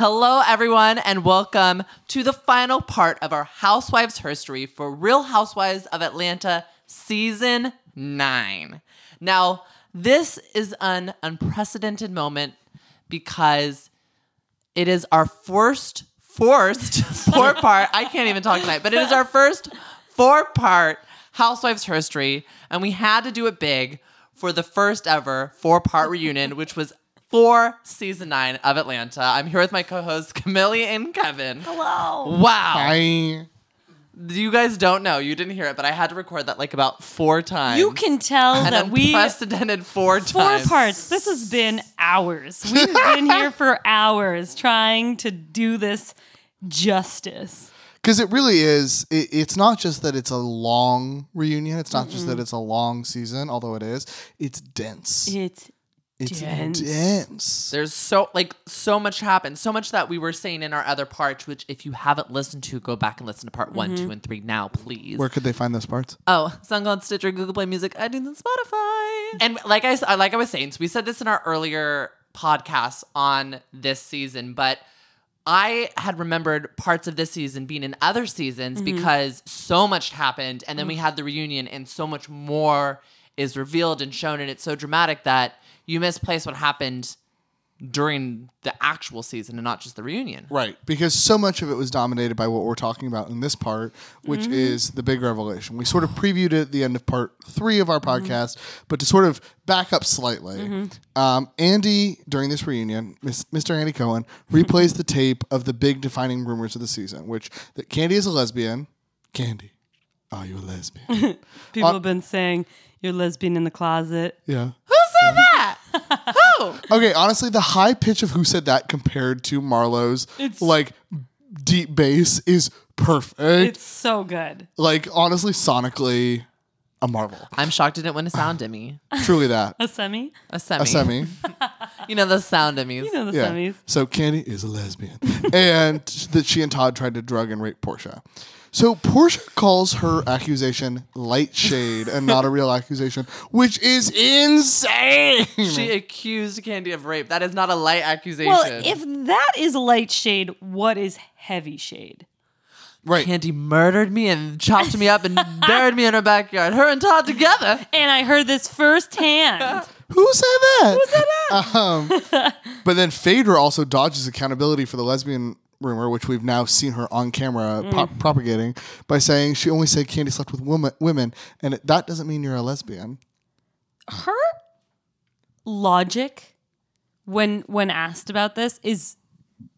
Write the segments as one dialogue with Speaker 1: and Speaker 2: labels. Speaker 1: Hello, everyone, and welcome to the final part of our Housewives history for Real Housewives of Atlanta Season 9. Now, this is an unprecedented moment because it is our first, forced four part, I can't even talk tonight, but it is our first four part Housewives history, and we had to do it big for the first ever four part reunion, which was for season nine of Atlanta. I'm here with my co hosts, Camille and Kevin.
Speaker 2: Hello.
Speaker 1: Wow.
Speaker 3: I
Speaker 1: You guys don't know. You didn't hear it, but I had to record that like about four times.
Speaker 2: You can tell
Speaker 1: An
Speaker 2: that we
Speaker 1: unprecedented four,
Speaker 2: four
Speaker 1: times.
Speaker 2: parts. This has been hours. We've been here for hours trying to do this justice.
Speaker 3: because it really is. It, it's not just that it's a long reunion. It's not just that it's a long season, although it is. It's dense.
Speaker 2: It's
Speaker 3: it's
Speaker 2: dense.
Speaker 3: dense.
Speaker 1: There's so like so much happened, so much that we were saying in our other parts. Which, if you haven't listened to, go back and listen to part one, two, and three now, please.
Speaker 3: Where could they find those parts?
Speaker 1: Oh, SoundCloud, Stitcher, Google Play Music, iTunes, and Spotify. And like I s- uh, like I was saying, so we said this in our earlier podcast on this season, but I had remembered parts of this season being in other seasons because so much happened, and then we had the reunion, and so much more is revealed and shown, and it's so dramatic that you misplace what happened during the actual season and not just the reunion.
Speaker 3: Right, because so much of it was dominated by what we're talking about in this part, which is the big revelation. We sort of previewed it at the end of part three of our podcast, but to sort of back up slightly, um, Andy, during this reunion, Miss, Mr. Andy Cohen replays the tape of the big defining rumors of the season, which that Candy is a lesbian. Candy, are you a lesbian?
Speaker 2: people have been saying you're lesbian in the closet.
Speaker 3: yeah.
Speaker 1: Who said that? Who?
Speaker 3: Okay, honestly, the high pitch of who said that compared to Marlowe's like deep bass is perfect.
Speaker 2: It's so good.
Speaker 3: like honestly sonically a marvel
Speaker 1: I'm shocked it didn't win a sound Emmy.
Speaker 3: truly that
Speaker 2: A semi?
Speaker 1: A semi.
Speaker 3: a semi
Speaker 1: You know those sound Emmys.
Speaker 2: You know the
Speaker 3: yeah
Speaker 2: semis.
Speaker 3: so candy is a lesbian and that she and todd tried to drug and rape portia so portia calls her accusation light shade and not a real accusation which is insane
Speaker 1: She accused Candy of rape. That is not a light accusation.
Speaker 2: Well, if that is light shade, what is heavy shade?
Speaker 3: right
Speaker 1: Candy murdered me and chopped me up and buried me in her backyard, her and Todd together.
Speaker 2: And I heard this firsthand.
Speaker 3: who said that who said that um, but then phaedra also dodges accountability for the lesbian rumor which we've now seen her on camera pro- propagating by saying she only said candy slept with woman- women and it, that doesn't mean you're a lesbian
Speaker 2: her logic when when asked about this is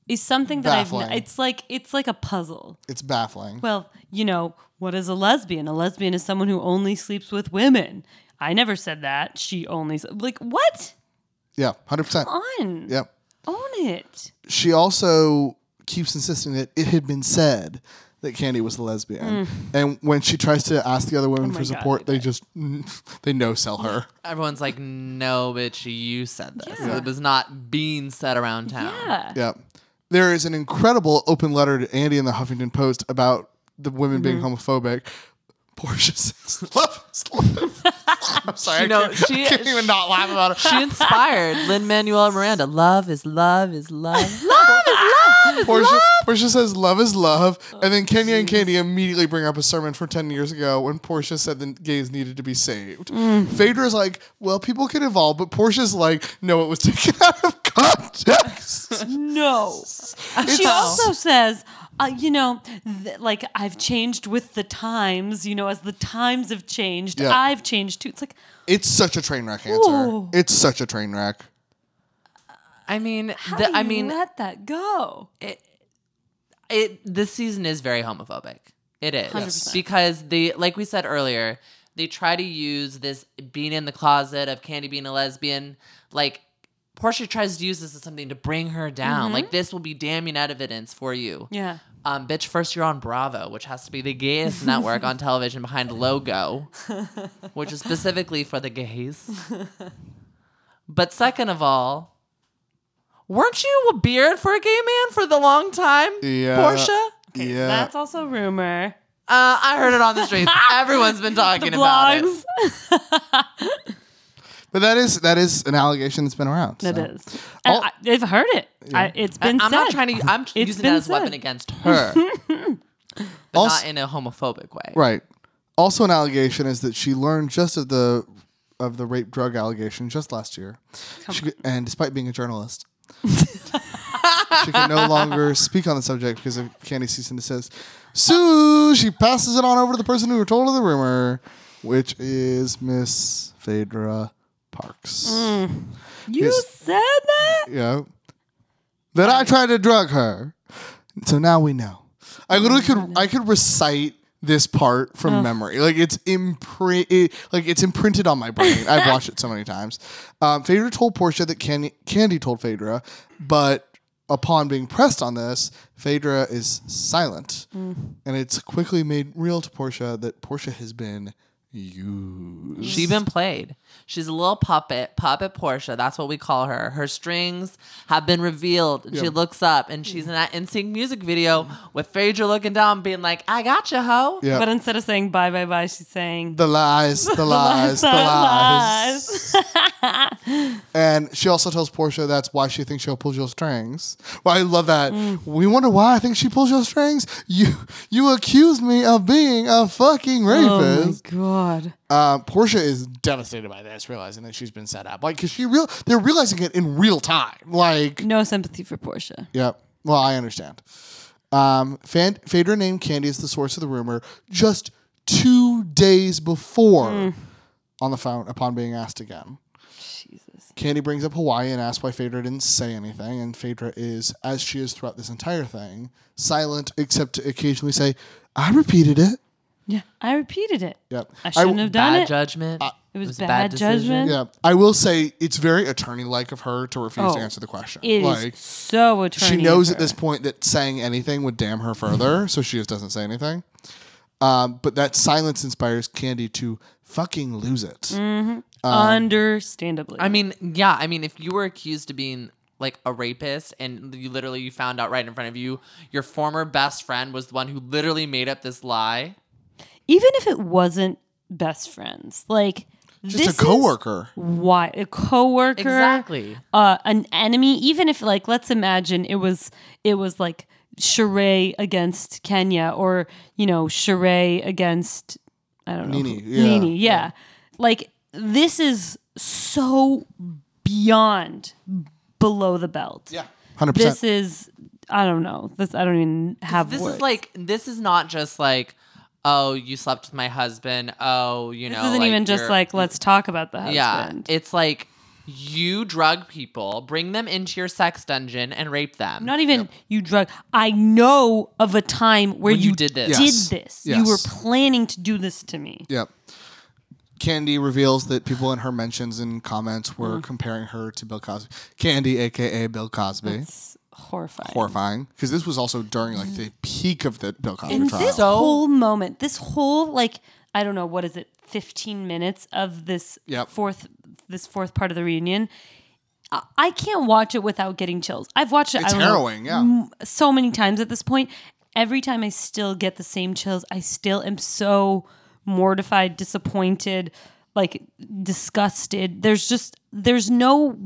Speaker 2: is something that I've
Speaker 3: Baffling.
Speaker 2: it's like it's like a puzzle.
Speaker 3: It's baffling.
Speaker 2: Well, you know, what is a lesbian? A lesbian is someone who only sleeps with women. I never said that. She only s- like what?
Speaker 3: Yeah, hundred percent.
Speaker 2: On.
Speaker 3: Yep.
Speaker 2: Own it.
Speaker 3: She also keeps insisting that it had been said that Candy was a lesbian, and when she tries to ask the other women for
Speaker 2: God,
Speaker 3: support, they just they no sell her.
Speaker 1: Everyone's like, no, bitch, you said this.
Speaker 2: Yeah.
Speaker 1: It was not being said around town.
Speaker 2: Yeah.
Speaker 3: Yep. There is an incredible open letter to Andy in the Huffington Post about the women
Speaker 2: Mm-hmm.
Speaker 3: being homophobic. Portia says, "Love, is love." I'm sorry,
Speaker 1: You know,
Speaker 3: I, can't,
Speaker 1: she-
Speaker 3: I can't even not laugh about it.
Speaker 1: She inspired Lin Manuel Miranda. Love is love is love. love is
Speaker 3: Portia, Portia says love is love,
Speaker 2: Oh,
Speaker 3: and then Kenya and Candy immediately bring up a sermon from ten years ago when Portia said the gays needed to be saved.
Speaker 2: Mm.
Speaker 3: Phaedra's like, well, people can evolve, but Portia's like, no, it was taken out of context.
Speaker 2: No. she also says, uh, you know, th- like I've changed with the times. You know, as the times have changed,
Speaker 3: Yeah.
Speaker 2: I've changed too. It's like
Speaker 3: it's such a train wreck answer.
Speaker 2: Ooh.
Speaker 3: It's such a train wreck.
Speaker 1: I mean,
Speaker 2: how
Speaker 1: the,
Speaker 2: do
Speaker 1: I
Speaker 2: you
Speaker 1: mean,
Speaker 2: let that go.
Speaker 1: it this season is very homophobic. It is
Speaker 2: 100%.
Speaker 1: because they, like we said earlier, they try to use this being in the closet of Candy being a lesbian. Like Portia tries to use this as something to bring her down. Like this will be damning evidence for you,
Speaker 2: Yeah.
Speaker 1: um, bitch. First you're on Bravo, which has to be the gayest network on television behind Logo, which is specifically for the gays. But second of all. Weren't you a beard for a gay man for the long time,
Speaker 3: Yeah.
Speaker 1: Portia?
Speaker 3: yeah.
Speaker 2: That's also rumor.
Speaker 1: Uh, I heard it on the streets. Everyone's been talking about it.
Speaker 2: Blogs.
Speaker 3: But that is that is an allegation that's been around.
Speaker 2: It
Speaker 3: so.
Speaker 2: is. And
Speaker 3: Oh.
Speaker 2: I, I've heard it. I, it's been.
Speaker 1: I'm not
Speaker 2: said.
Speaker 1: trying to. I'm using
Speaker 2: been
Speaker 1: that as a weapon
Speaker 2: said.
Speaker 1: against her, but
Speaker 3: Also-
Speaker 1: not in a homophobic way.
Speaker 3: Right. Also, an allegation is that she learned just of the of the rape drug allegation just last year, she, and despite being a journalist, she can no longer speak on the subject because of Candy cease and desist. So she passes it on over to the person who told her the rumor, which is Miss Phaedra Parks.
Speaker 2: You
Speaker 3: Yes.
Speaker 2: said that.
Speaker 3: Yeah. That I tried to drug her. So now we know. I literally could I could recite this part from memory. Like it's imprint it, like it's imprinted on my brain. I've watched it so many times. Um, Phaedra told Portia that Candy Candy told Phaedra, but upon being pressed on this, Phaedra is silent. And it's quickly made real to Portia that Portia has been used.
Speaker 1: She's been played. She's a little puppet, puppet Portia. That's what we call her. Her strings have been revealed. And She looks up and she's in that NSYNC music video with Phaedra looking down, being like, "I got you, hoe."
Speaker 3: Yeah.
Speaker 2: But instead of saying bye bye bye, she's saying
Speaker 3: The lies, the lies, the lies. And she also tells Portia that's why she thinks she'll pull your strings. Well, I love that. We wonder why I think she pulls your strings. You you accuse me of being a fucking
Speaker 2: Oh my
Speaker 3: rapist.
Speaker 2: god.
Speaker 3: Uh, Portia is devastated by this, realizing that she's been set up. Like, cause she real they're realizing it in real time. Like,
Speaker 2: No sympathy for Portia.
Speaker 3: yep. Well, I understand. Um, Fan- Phaedra named Candy as the source of the rumor just two days before
Speaker 2: Hmm.
Speaker 3: on the phone upon being asked again.
Speaker 2: Jesus.
Speaker 3: Candy brings up Hawaii and asks why Phaedra didn't say anything, and Phaedra is, as she is throughout this entire thing, silent except to occasionally say, "I repeated it."
Speaker 2: Yeah. I repeated it.
Speaker 3: Yep.
Speaker 2: I shouldn't have done
Speaker 1: bad
Speaker 2: it.
Speaker 1: judgment.
Speaker 2: It was
Speaker 1: a
Speaker 2: bad
Speaker 1: decision.
Speaker 2: judgment.
Speaker 3: Yeah, I will say it's very attorney-like of her to refuse
Speaker 2: Oh,
Speaker 3: to answer the question.
Speaker 2: It is
Speaker 3: like
Speaker 2: so attorney.
Speaker 3: she knows at
Speaker 2: of her.
Speaker 3: this point that saying anything would damn her further, so she just doesn't say anything. Um, but that silence inspires Candy to fucking lose it.
Speaker 2: Mm, Understandably.
Speaker 1: I mean, yeah. I mean, if you were accused of being like a rapist and you literally you found out right in front of you, your former best friend was the one who literally made up this lie.
Speaker 2: even if it wasn't best friends, like
Speaker 3: Just
Speaker 2: this
Speaker 3: a coworker.
Speaker 2: Is why a coworker,
Speaker 1: Exactly.
Speaker 2: uh, an enemy. Even if like let's imagine it was it was like Sheree against Kenya, or you know Sheree against I don't know
Speaker 3: Nene,
Speaker 2: who-
Speaker 3: yeah.
Speaker 2: Nene, yeah. Like this is so beyond below the belt.
Speaker 3: yeah, hundred
Speaker 2: This
Speaker 3: percent.
Speaker 2: is I don't know. This I don't even have
Speaker 1: This
Speaker 2: words.
Speaker 1: is like this is not just like oh you slept with my husband oh you know
Speaker 2: this isn't
Speaker 1: like,
Speaker 2: even just
Speaker 1: you're-
Speaker 2: like let's talk about the husband.
Speaker 1: yeah it's like you drug people bring them into your sex dungeon and rape them
Speaker 2: Not even you drug. I know of a time where
Speaker 1: When you
Speaker 2: you,
Speaker 1: did this.
Speaker 2: Did
Speaker 3: Yes.
Speaker 2: this.
Speaker 3: Yes.
Speaker 2: You were planning to do this to me.
Speaker 3: Yep. Candy reveals that people in her mentions and comments
Speaker 2: Mm-hmm.
Speaker 3: were comparing her to Bill Cosby. Candy, aka Bill Cosby,
Speaker 2: It's horrifying.
Speaker 3: horrifying because this was also during like the peak of the Bill Cosby
Speaker 2: Mm-hmm. and
Speaker 3: trial.
Speaker 2: this
Speaker 1: So-
Speaker 2: whole moment, this whole like I don't know what is it, fifteen minutes of this
Speaker 3: Yep.
Speaker 2: fourth this fourth part of the reunion. I- I can't watch it without getting chills. I've watched it.
Speaker 3: it's
Speaker 2: I don't know,
Speaker 3: harrowing, yeah.
Speaker 2: so many times at this point. Every time I still get the same chills. I still am so mortified, disappointed, like disgusted. There's just there's no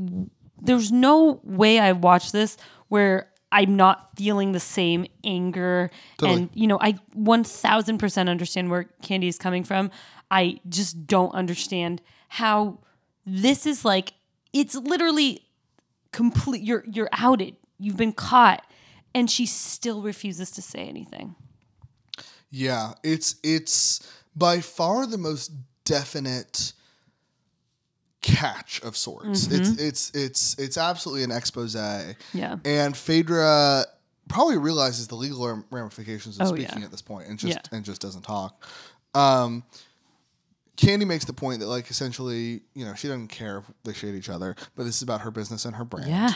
Speaker 2: there's no way I watch this where I'm not feeling the same anger and you know I 1000% understand where Candy is coming from. I just don't understand how this is like it's literally complete you're you're outed you've been caught and she still refuses to say anything
Speaker 3: Yeah, it's it's by far the most definite catch of sorts. It's it's it's it's absolutely an expose.
Speaker 2: Mm-hmm. Yeah.
Speaker 3: and Phaedra probably realizes the legal ram- ramifications of
Speaker 2: Oh,
Speaker 3: speaking
Speaker 2: yeah.
Speaker 3: at this point, and just
Speaker 2: Yeah.
Speaker 3: and just doesn't talk. Um, Candy makes the point that like essentially, you know, she doesn't care if they shade each other, but this is about her business and her brand.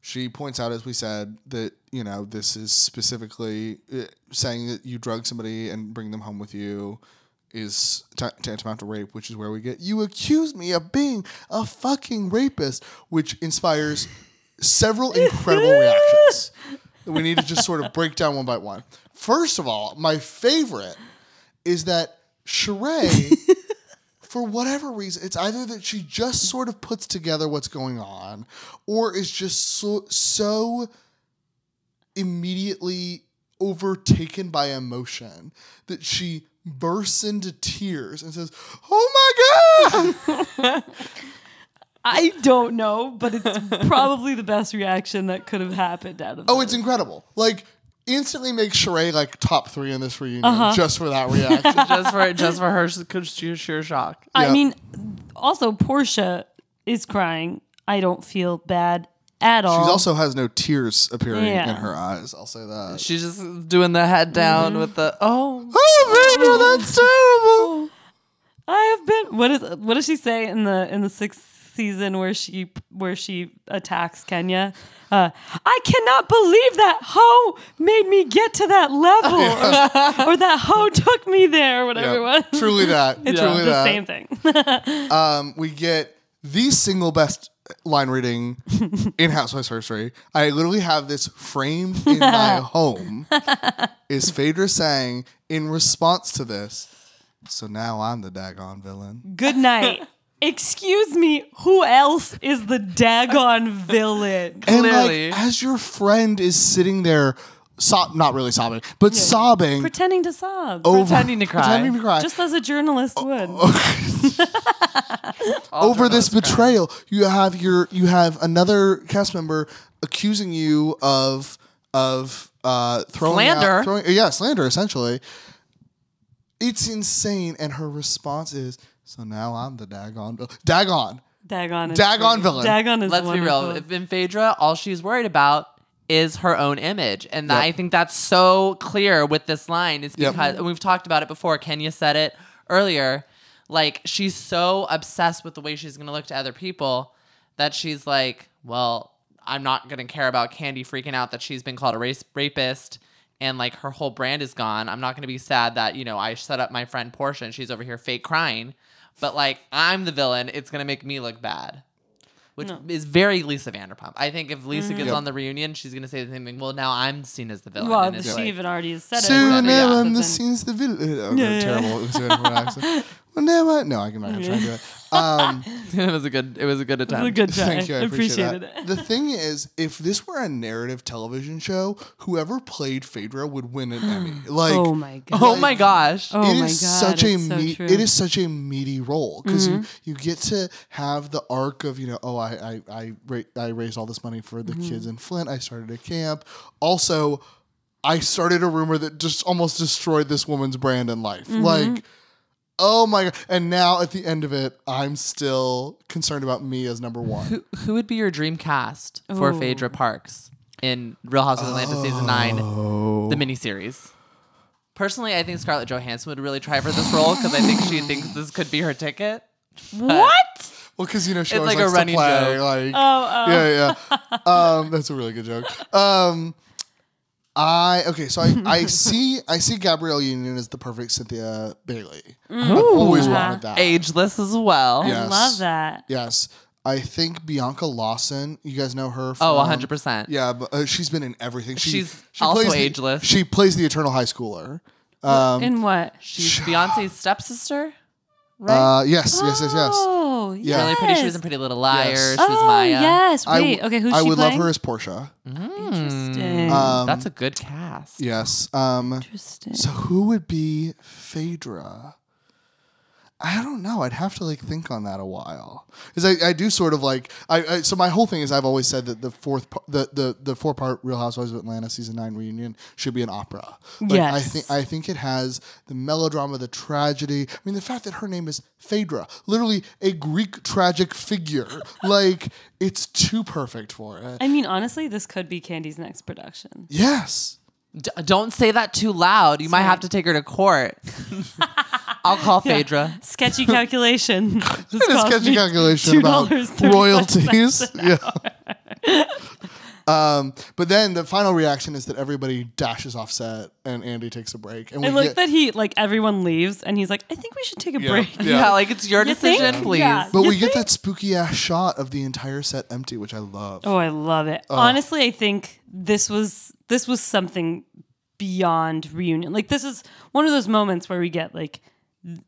Speaker 3: She points out, as we said, that you know this is specifically uh, saying that you drug somebody and bring them home with you is ta tantamount to rape, which is where we get you accuse me of being a fucking rapist, which inspires several incredible reactions. that We need to just sort of break down one by one. First of all, my favorite is that Sheree for whatever reason, it's either that she just sort of puts together what's going on or is just so, so immediately overtaken by emotion that she bursts into tears and says, Oh my God!
Speaker 2: I don't know, but it's probably the best reaction that could have happened out of
Speaker 3: Oh, it's incredible. Like, instantly makes Sheree like top three in this reunion
Speaker 2: Uh-huh.
Speaker 3: just for that reaction.
Speaker 1: just for just for her sh- sheer, sheer shock.
Speaker 2: I
Speaker 3: Yeah.
Speaker 2: mean, also Portia is crying. I don't feel bad at all.
Speaker 3: She also has no tears appearing
Speaker 2: Yeah.
Speaker 3: in her eyes. I'll say that.
Speaker 1: She's just doing the head down
Speaker 2: Mm-hmm.
Speaker 1: with the oh.
Speaker 3: Oh, Rachel, that's terrible.
Speaker 2: I have been. What is what does she say in the in the sixth season where she where she attacks Kenya? Uh, I cannot believe that hoe made me get to that level, or, or that hoe took me there, or whatever
Speaker 3: Yeah,
Speaker 2: it was.
Speaker 3: truly that.
Speaker 2: the
Speaker 3: truly that.
Speaker 2: same thing.
Speaker 3: Um, we get the single best line reading in Housewives History. I literally have this framed in my home. Is Phaedra saying in response to this? So now I'm the daggone villain.
Speaker 2: Good night. Excuse me. Who else is the dagon villain?
Speaker 3: And
Speaker 1: Clearly.
Speaker 3: like, as your friend is sitting there, so- not really sobbing, but sobbing
Speaker 2: Pretending to sob,
Speaker 3: over
Speaker 1: pretending to cry.
Speaker 3: pretending to cry.
Speaker 2: just as a journalist
Speaker 3: Oh,
Speaker 2: would.
Speaker 3: over this betrayal. You have your you have another cast member accusing you of of uh, throwing
Speaker 1: Slander.
Speaker 3: out, throwing, yeah, slander essentially. It's insane, and her response is, "So now I'm the dagon, vil- dagon,
Speaker 2: Dagon is
Speaker 3: Dagon
Speaker 2: pretty-
Speaker 3: villain.
Speaker 2: Dagon is
Speaker 1: Let's be real.
Speaker 2: wonderful.
Speaker 1: If in Phaedra, all she's worried about is her own image, and I think that's so clear with this line. Is
Speaker 3: Yep.
Speaker 1: because and we've talked about it before. Kenya said it earlier. Like she's so obsessed with the way she's going to look to other people that she's like, well, I'm not going to care about Candy freaking out that she's been called a race rapist. And like her whole brand is gone. I'm not gonna be sad that, you know, I set up my friend Portia and she's over here fake crying. But like I'm the villain. It's gonna make me look bad which is very Lisa Vanderpump. I think if Lisa
Speaker 2: Mm-hmm.
Speaker 1: gets on the reunion, she's going to say the same thing. Well, now I'm seen as the villain.
Speaker 2: Well,
Speaker 1: and
Speaker 2: she
Speaker 1: it's like-
Speaker 2: even already has said it.
Speaker 3: So
Speaker 1: exactly,
Speaker 3: now
Speaker 1: yeah.
Speaker 3: I'm the
Speaker 2: So
Speaker 3: scenes the villain." Oh, terrible Lisa Vanderpump accent. Well, now I no, I can not try to do it. Um,
Speaker 1: it was a good. It was a good
Speaker 2: It
Speaker 1: attempt.
Speaker 2: was a good try.
Speaker 3: Thank you. I appreciate
Speaker 2: appreciated
Speaker 3: that.
Speaker 2: it.
Speaker 3: The thing is, if this were a narrative television show, whoever played Phaedra would win an Emmy. Like,
Speaker 2: oh my god.
Speaker 1: oh my gosh!
Speaker 2: Oh
Speaker 3: it
Speaker 2: my
Speaker 3: is
Speaker 2: God,
Speaker 3: such a
Speaker 2: it's so
Speaker 3: meat,
Speaker 2: true. Mm-hmm.
Speaker 3: it is such a meaty role because you you get to have the arc of you know oh I I I, ra- I raised all this money for the
Speaker 2: Mm-hmm.
Speaker 3: kids in Flint I started a camp also I started a rumor that just almost destroyed this woman's brand and life
Speaker 2: Mm-hmm.
Speaker 3: like oh my god and now at the end of it I'm still concerned about me as number one
Speaker 1: Who, who would be your dream cast for
Speaker 2: Ooh.
Speaker 1: Phaedra Parks in Real House of Atlanta season nine,
Speaker 3: Oh.
Speaker 1: the miniseries? Personally, I think Scarlett Johansson would really try for this role because I think she thinks this could be her ticket.
Speaker 2: What?
Speaker 3: Well, because you know she
Speaker 1: It's
Speaker 3: always
Speaker 1: like a
Speaker 3: likes to
Speaker 1: running
Speaker 3: play.
Speaker 1: joke.
Speaker 3: Like,
Speaker 2: Oh, oh.
Speaker 3: yeah, yeah. um, that's a really good joke. Um, I okay, so I, I see I see Gabrielle Union as the perfect Cynthia Bailey. I've always
Speaker 1: Ooh.
Speaker 3: wanted that.
Speaker 1: Ageless as well.
Speaker 2: Oh,
Speaker 3: Yeah.
Speaker 2: I
Speaker 3: Yes.
Speaker 2: love that.
Speaker 3: Yes, I think Bianca Lawson. You guys know her. From,
Speaker 1: Oh, 100 percent.
Speaker 3: Um, Yeah, but uh, she's been in everything. She,
Speaker 1: She's
Speaker 3: she
Speaker 1: also
Speaker 3: plays the-
Speaker 1: ageless.
Speaker 3: she plays the eternal high schooler. Um, uh,
Speaker 2: In what?
Speaker 1: She's Beyonce's stepsister, right?
Speaker 3: Uh, yes, yes, yes, yes.
Speaker 2: Oh, yeah.
Speaker 1: really pretty. She was in Pretty Little Liars.
Speaker 3: Yes.
Speaker 1: She was
Speaker 2: oh,
Speaker 1: Maya.
Speaker 2: yes.
Speaker 3: I
Speaker 2: Wait.
Speaker 3: w-
Speaker 2: okay, who's
Speaker 3: I
Speaker 2: she
Speaker 3: would
Speaker 2: playing?
Speaker 3: love her as Portia.
Speaker 2: Interesting.
Speaker 3: Um,
Speaker 1: Mm-hmm. That's a good cast.
Speaker 3: yes. Um,
Speaker 2: Interesting.
Speaker 3: So who would be Phaedra? I don't know. I'd have to like think on that a while, because I, I do sort of like I, I. So my whole thing is I've always said that the fourth par- the the the four part Real Housewives of Atlanta season nine reunion should be an opera. Like, I
Speaker 2: Yes.
Speaker 3: think I think it has the melodrama, the tragedy. I mean, the fact that her name is Phaedra, literally a Greek tragic figure, like it's too perfect for it.
Speaker 2: I mean, honestly, this could be Candy's next production.
Speaker 3: Yes.
Speaker 1: D- don't say that too loud. You might have to take her to court. I'll call Phaedra.
Speaker 2: Sketchy calculation. This
Speaker 3: Did a
Speaker 2: cost
Speaker 3: sketchy
Speaker 2: me
Speaker 3: calculation about
Speaker 2: $2.35
Speaker 3: royalties. Yeah. um, but then the final reaction is that everybody dashes off set and Andy takes a break. And we
Speaker 2: I like
Speaker 3: get-
Speaker 2: that he like everyone leaves and he's like, I think we should take a
Speaker 3: Yeah,
Speaker 2: break.
Speaker 3: yeah.
Speaker 1: Yeah, like it's your
Speaker 2: You think?
Speaker 1: decision, please.
Speaker 2: Yeah.
Speaker 3: but
Speaker 2: You
Speaker 3: we get that spooky ass shot of the entire set empty, which I love.
Speaker 2: Oh, I love it.
Speaker 3: Uh.
Speaker 2: Honestly, I think this was this was something beyond reunion. Like this is one of those moments where we get like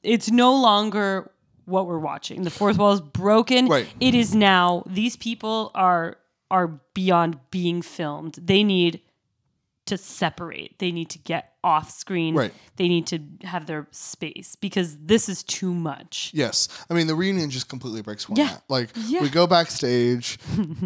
Speaker 2: it's no longer what we're watching. The fourth wall is broken.
Speaker 3: Right.
Speaker 2: It is now. These people are are beyond being filmed. They need to separate. They need to get off screen.
Speaker 3: Right.
Speaker 2: They need to have their space because this is too much.
Speaker 3: Yes, I mean the reunion just completely breaks format.
Speaker 2: Yeah.
Speaker 3: Like
Speaker 2: Yeah.
Speaker 3: we go backstage,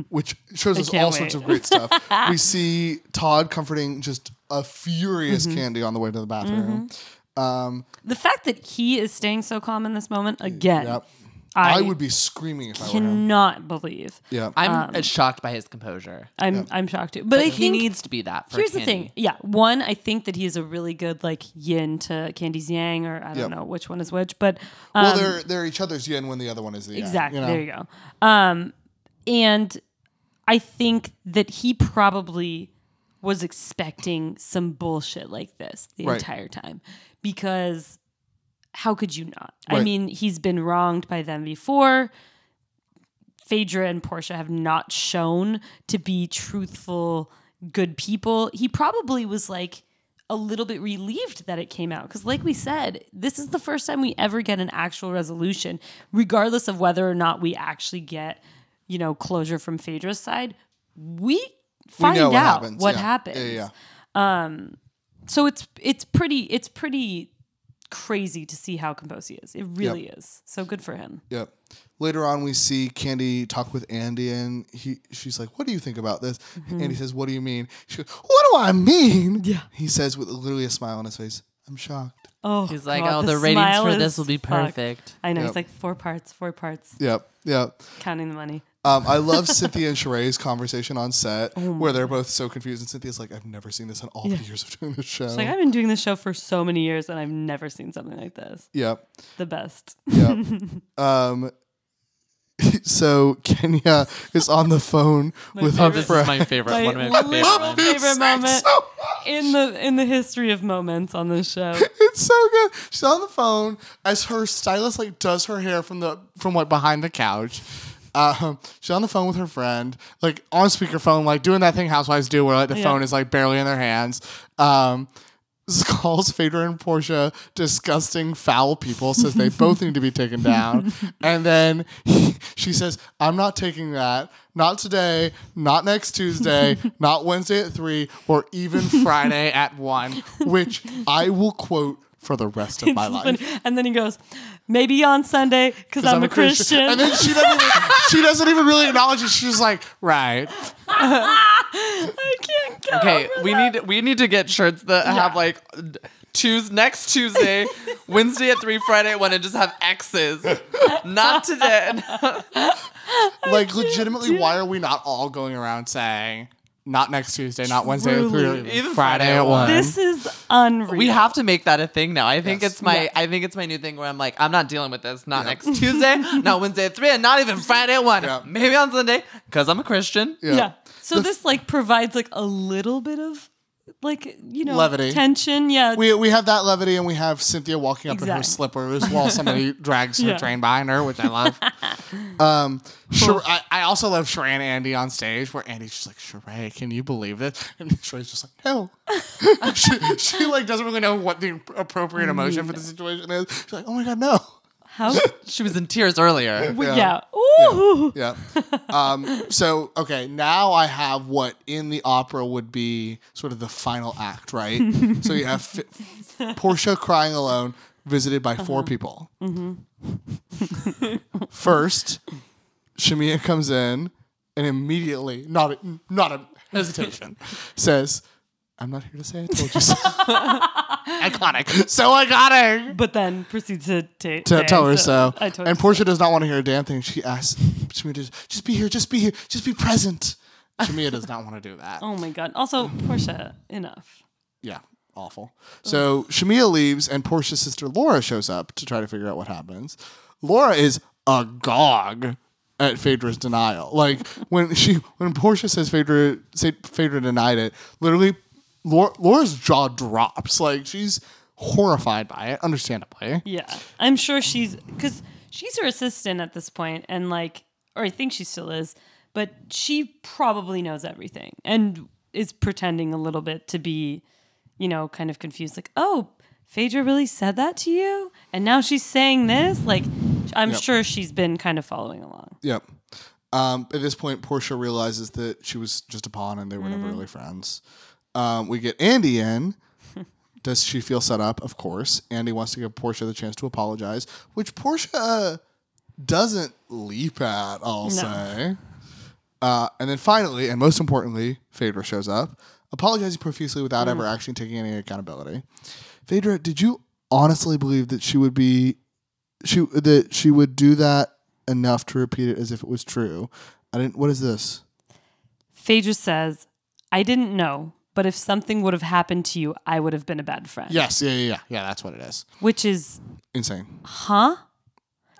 Speaker 3: which shows us
Speaker 2: can't
Speaker 3: all sorts
Speaker 2: wait.
Speaker 3: of great stuff. we see Todd comforting just a furious
Speaker 2: Mm-hmm.
Speaker 3: Candy on the way to the bathroom. Um,
Speaker 2: The fact that he is staying so calm in this moment again,
Speaker 3: yep. I,
Speaker 2: I,
Speaker 3: would be screaming if I were him.
Speaker 2: cannot believe.
Speaker 3: Yeah,
Speaker 1: I'm uh shocked by his composure.
Speaker 2: I'm I'm shocked too. But Um, I think
Speaker 1: He needs to be that. For
Speaker 2: Here's the
Speaker 1: Candy.
Speaker 2: thing. Yeah. One, I think that he is a really good like yin to Candy's yang, or I don't
Speaker 3: Yep.
Speaker 2: know which one is which, but um,
Speaker 3: well, they're they're each other's yin when the other one is the yang,
Speaker 2: exactly.
Speaker 3: You know?
Speaker 2: There you go. Um, and I think that he probably was expecting some bullshit like this the
Speaker 3: Right.
Speaker 2: entire time because how could you not? I
Speaker 3: Right.
Speaker 2: mean, he's been wronged by them before. Phaedra and Portia have not shown to be truthful, good people. He probably was like a little bit relieved that it came out because, like we said, this is the first time we ever get an actual resolution, regardless of whether or not we actually get, you know, closure from Phaedra's side. We
Speaker 3: We
Speaker 2: find
Speaker 3: know what
Speaker 2: out
Speaker 3: happens.
Speaker 2: what
Speaker 3: yeah.
Speaker 2: happens.
Speaker 3: Yeah, yeah,
Speaker 2: So it's it's pretty it's pretty crazy to see how composed he is. It really is. So good for him.
Speaker 3: yeah. Yep. Later on, we see Candy talk with Andy, and he she's like, "What do you think about this?"
Speaker 2: Mm-hmm.
Speaker 3: Andy says, "What do you mean?" She goes, "What do I mean?" Yeah. He says with literally a smile on his face, "I'm shocked."
Speaker 2: Oh,
Speaker 1: He's like,
Speaker 2: God,
Speaker 1: oh, the, ratings
Speaker 2: smile
Speaker 1: for
Speaker 2: is-
Speaker 1: this will be
Speaker 2: fuck.
Speaker 1: perfect.
Speaker 2: I know. It's
Speaker 3: Yep.
Speaker 2: like four parts, four parts,
Speaker 3: Yep. Yep.
Speaker 2: counting the money.
Speaker 3: Um, I love Cynthia and Sheree's conversation on set
Speaker 2: Oh
Speaker 3: where they're both so confused. And Cynthia's like, I've never seen this in all the years of doing this show.
Speaker 2: It's like I've been doing this show for so many years and I've never seen something like this.
Speaker 3: yep.
Speaker 2: The best.
Speaker 3: Yep. um, so Kenya is on the phone with her
Speaker 1: This
Speaker 3: friend.
Speaker 1: is my favorite. one of my
Speaker 2: Like,
Speaker 1: favorite
Speaker 2: literally
Speaker 1: ones.
Speaker 2: favorite moment
Speaker 3: So-
Speaker 2: in the in the history of moments on this show.
Speaker 3: it's so good. She's on the phone as her stylist like does her hair from the from like behind the couch. Um, she's on the phone with her friend, like on speakerphone, like doing that thing housewives do, where like the phone is like barely in their hands. Um, calls Fader and Portia disgusting foul people, says they both need to be taken down, and then she says, "I'm not taking that, not today, not next Tuesday, not Wednesday at three, or even Friday at one," which I will quote for the rest of my
Speaker 2: It's
Speaker 3: life.
Speaker 2: funny. And then he goes, maybe on Sunday because I'm, a Christian.
Speaker 3: And then she doesn't, even, she doesn't even really acknowledge it. She's like, right.
Speaker 2: I can't go.
Speaker 1: Okay,
Speaker 2: over
Speaker 1: we
Speaker 2: that.
Speaker 1: need we need to get shirts that have like choose next Tuesday, Wednesday at three, Friday at one, and just have X's. Not today.
Speaker 3: Like, legitimately, why are we not all going around saying, not next Tuesday, not Wednesday at three, or
Speaker 2: Truly.
Speaker 1: Even
Speaker 3: even Friday at one?
Speaker 2: This is unreal.
Speaker 1: we have to make that a thing now. I think
Speaker 3: Yes.
Speaker 1: it's my I think it's my new thing where I'm like I'm not dealing with this. Not next Tuesday, not Wednesday at three, and not even Friday at one.
Speaker 3: Yeah.
Speaker 1: Maybe on Sunday because I'm a Christian.
Speaker 2: Yeah. So this like provides like a little bit of like you know
Speaker 3: Levity.
Speaker 2: tension. Yeah.
Speaker 3: We, we have that levity and we have Cynthia walking up in her
Speaker 2: Exactly.
Speaker 3: slippers while somebody drags her
Speaker 2: Yeah.
Speaker 3: train behind her, which I love. um, Sher- I, I also love Sheree and Andy on stage where Andy's just like, Sheree, can you believe this? And Sheree's just like, no. she, she like doesn't really know what the appropriate emotion for the situation is. She's like, oh my God, no.
Speaker 2: How?
Speaker 1: She was in tears earlier.
Speaker 2: yeah.
Speaker 3: Yeah.
Speaker 2: Ooh.
Speaker 3: Yeah. Um, so okay, now I have what in the opera would be sort of the final act, right? so you have F- Portia crying alone, visited by four people. First, Shamia comes in and immediately, not a, not a hesitation, says, "I'm not here to say I told you so." iconic. So iconic
Speaker 2: But then proceeds to ta-
Speaker 3: to
Speaker 2: say,
Speaker 3: tell her so.
Speaker 2: I told
Speaker 3: and
Speaker 2: you.
Speaker 3: Portia does not want to hear a damn thing. She asks Shamia to just be here, just be here, just be present. Shamia does not want to do that.
Speaker 2: oh my god. Also, Portia, enough.
Speaker 3: Yeah, awful.
Speaker 2: Oh.
Speaker 3: So Shamia leaves, and Portia's sister Laura shows up to try to figure out what happens. Laura is agog at Phaedra's denial. Like when she when Portia says Phaedra say Phaedra denied it, literally Laura, Laura's jaw drops. Like she's horrified by it, understandably.
Speaker 2: Yeah. I'm sure she's because she's her assistant at this point, and like, or I think she still is, but she probably knows everything and is pretending a little bit to be, you know, kind of confused. Like, oh, Phaedra really said that to you, and now she's saying this. Like, I'm sure she's been kind of following along.
Speaker 3: Yep. Um, at this point, Portia realizes that she was just a pawn and they were never really friends. Um, we get Andy in. Does she feel set up? Of course. Andy wants to give Portia the chance to apologize, which Portia uh, doesn't leap at, I'll say. Uh, and then finally, and most importantly, Phaedra shows up, apologizing profusely without ever actually taking any accountability. Phaedra, did you honestly believe that she would be she that she would do that enough to repeat it as if it was true. I didn't. What is this?
Speaker 2: Phaedra says, I didn't know, but if something would have happened to you, I would have been a bad friend.
Speaker 3: Yes. Yeah. Yeah. Yeah. Yeah. That's what it is.
Speaker 2: Which is,
Speaker 3: Insane.
Speaker 2: huh?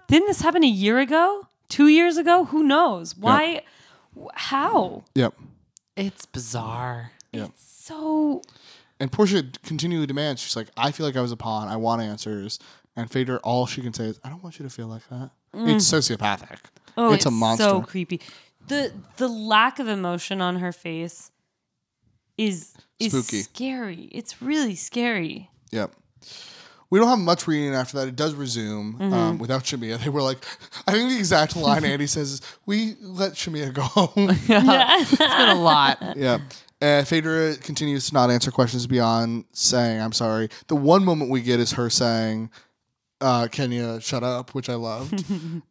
Speaker 2: Didn't this happen a year ago? Two years ago? Who knows? Why? wh- How?
Speaker 3: Yep.
Speaker 1: It's bizarre.
Speaker 2: So
Speaker 3: And Portia continually demands. She's like, I feel like I was a pawn. I want answers. And Phaedra, all she can say is, I don't want you to feel like that. It's sociopathic.
Speaker 2: Mm. Oh,
Speaker 3: it's, a monster.
Speaker 2: So creepy. The the lack of emotion on her face is is
Speaker 3: Spooky.
Speaker 2: scary. It's really scary.
Speaker 3: Yep. We don't have much reading after that. It does resume
Speaker 2: Mm-hmm.
Speaker 3: um, without Shamia. They were like, I think the exact line Andy says is, "We let Shamia go home."
Speaker 1: It's been a lot.
Speaker 3: Yeah. Uh, Phaedra continues to not answer questions beyond saying, I'm sorry. The one moment we get is her saying, uh, Kenya, shut up, which I loved.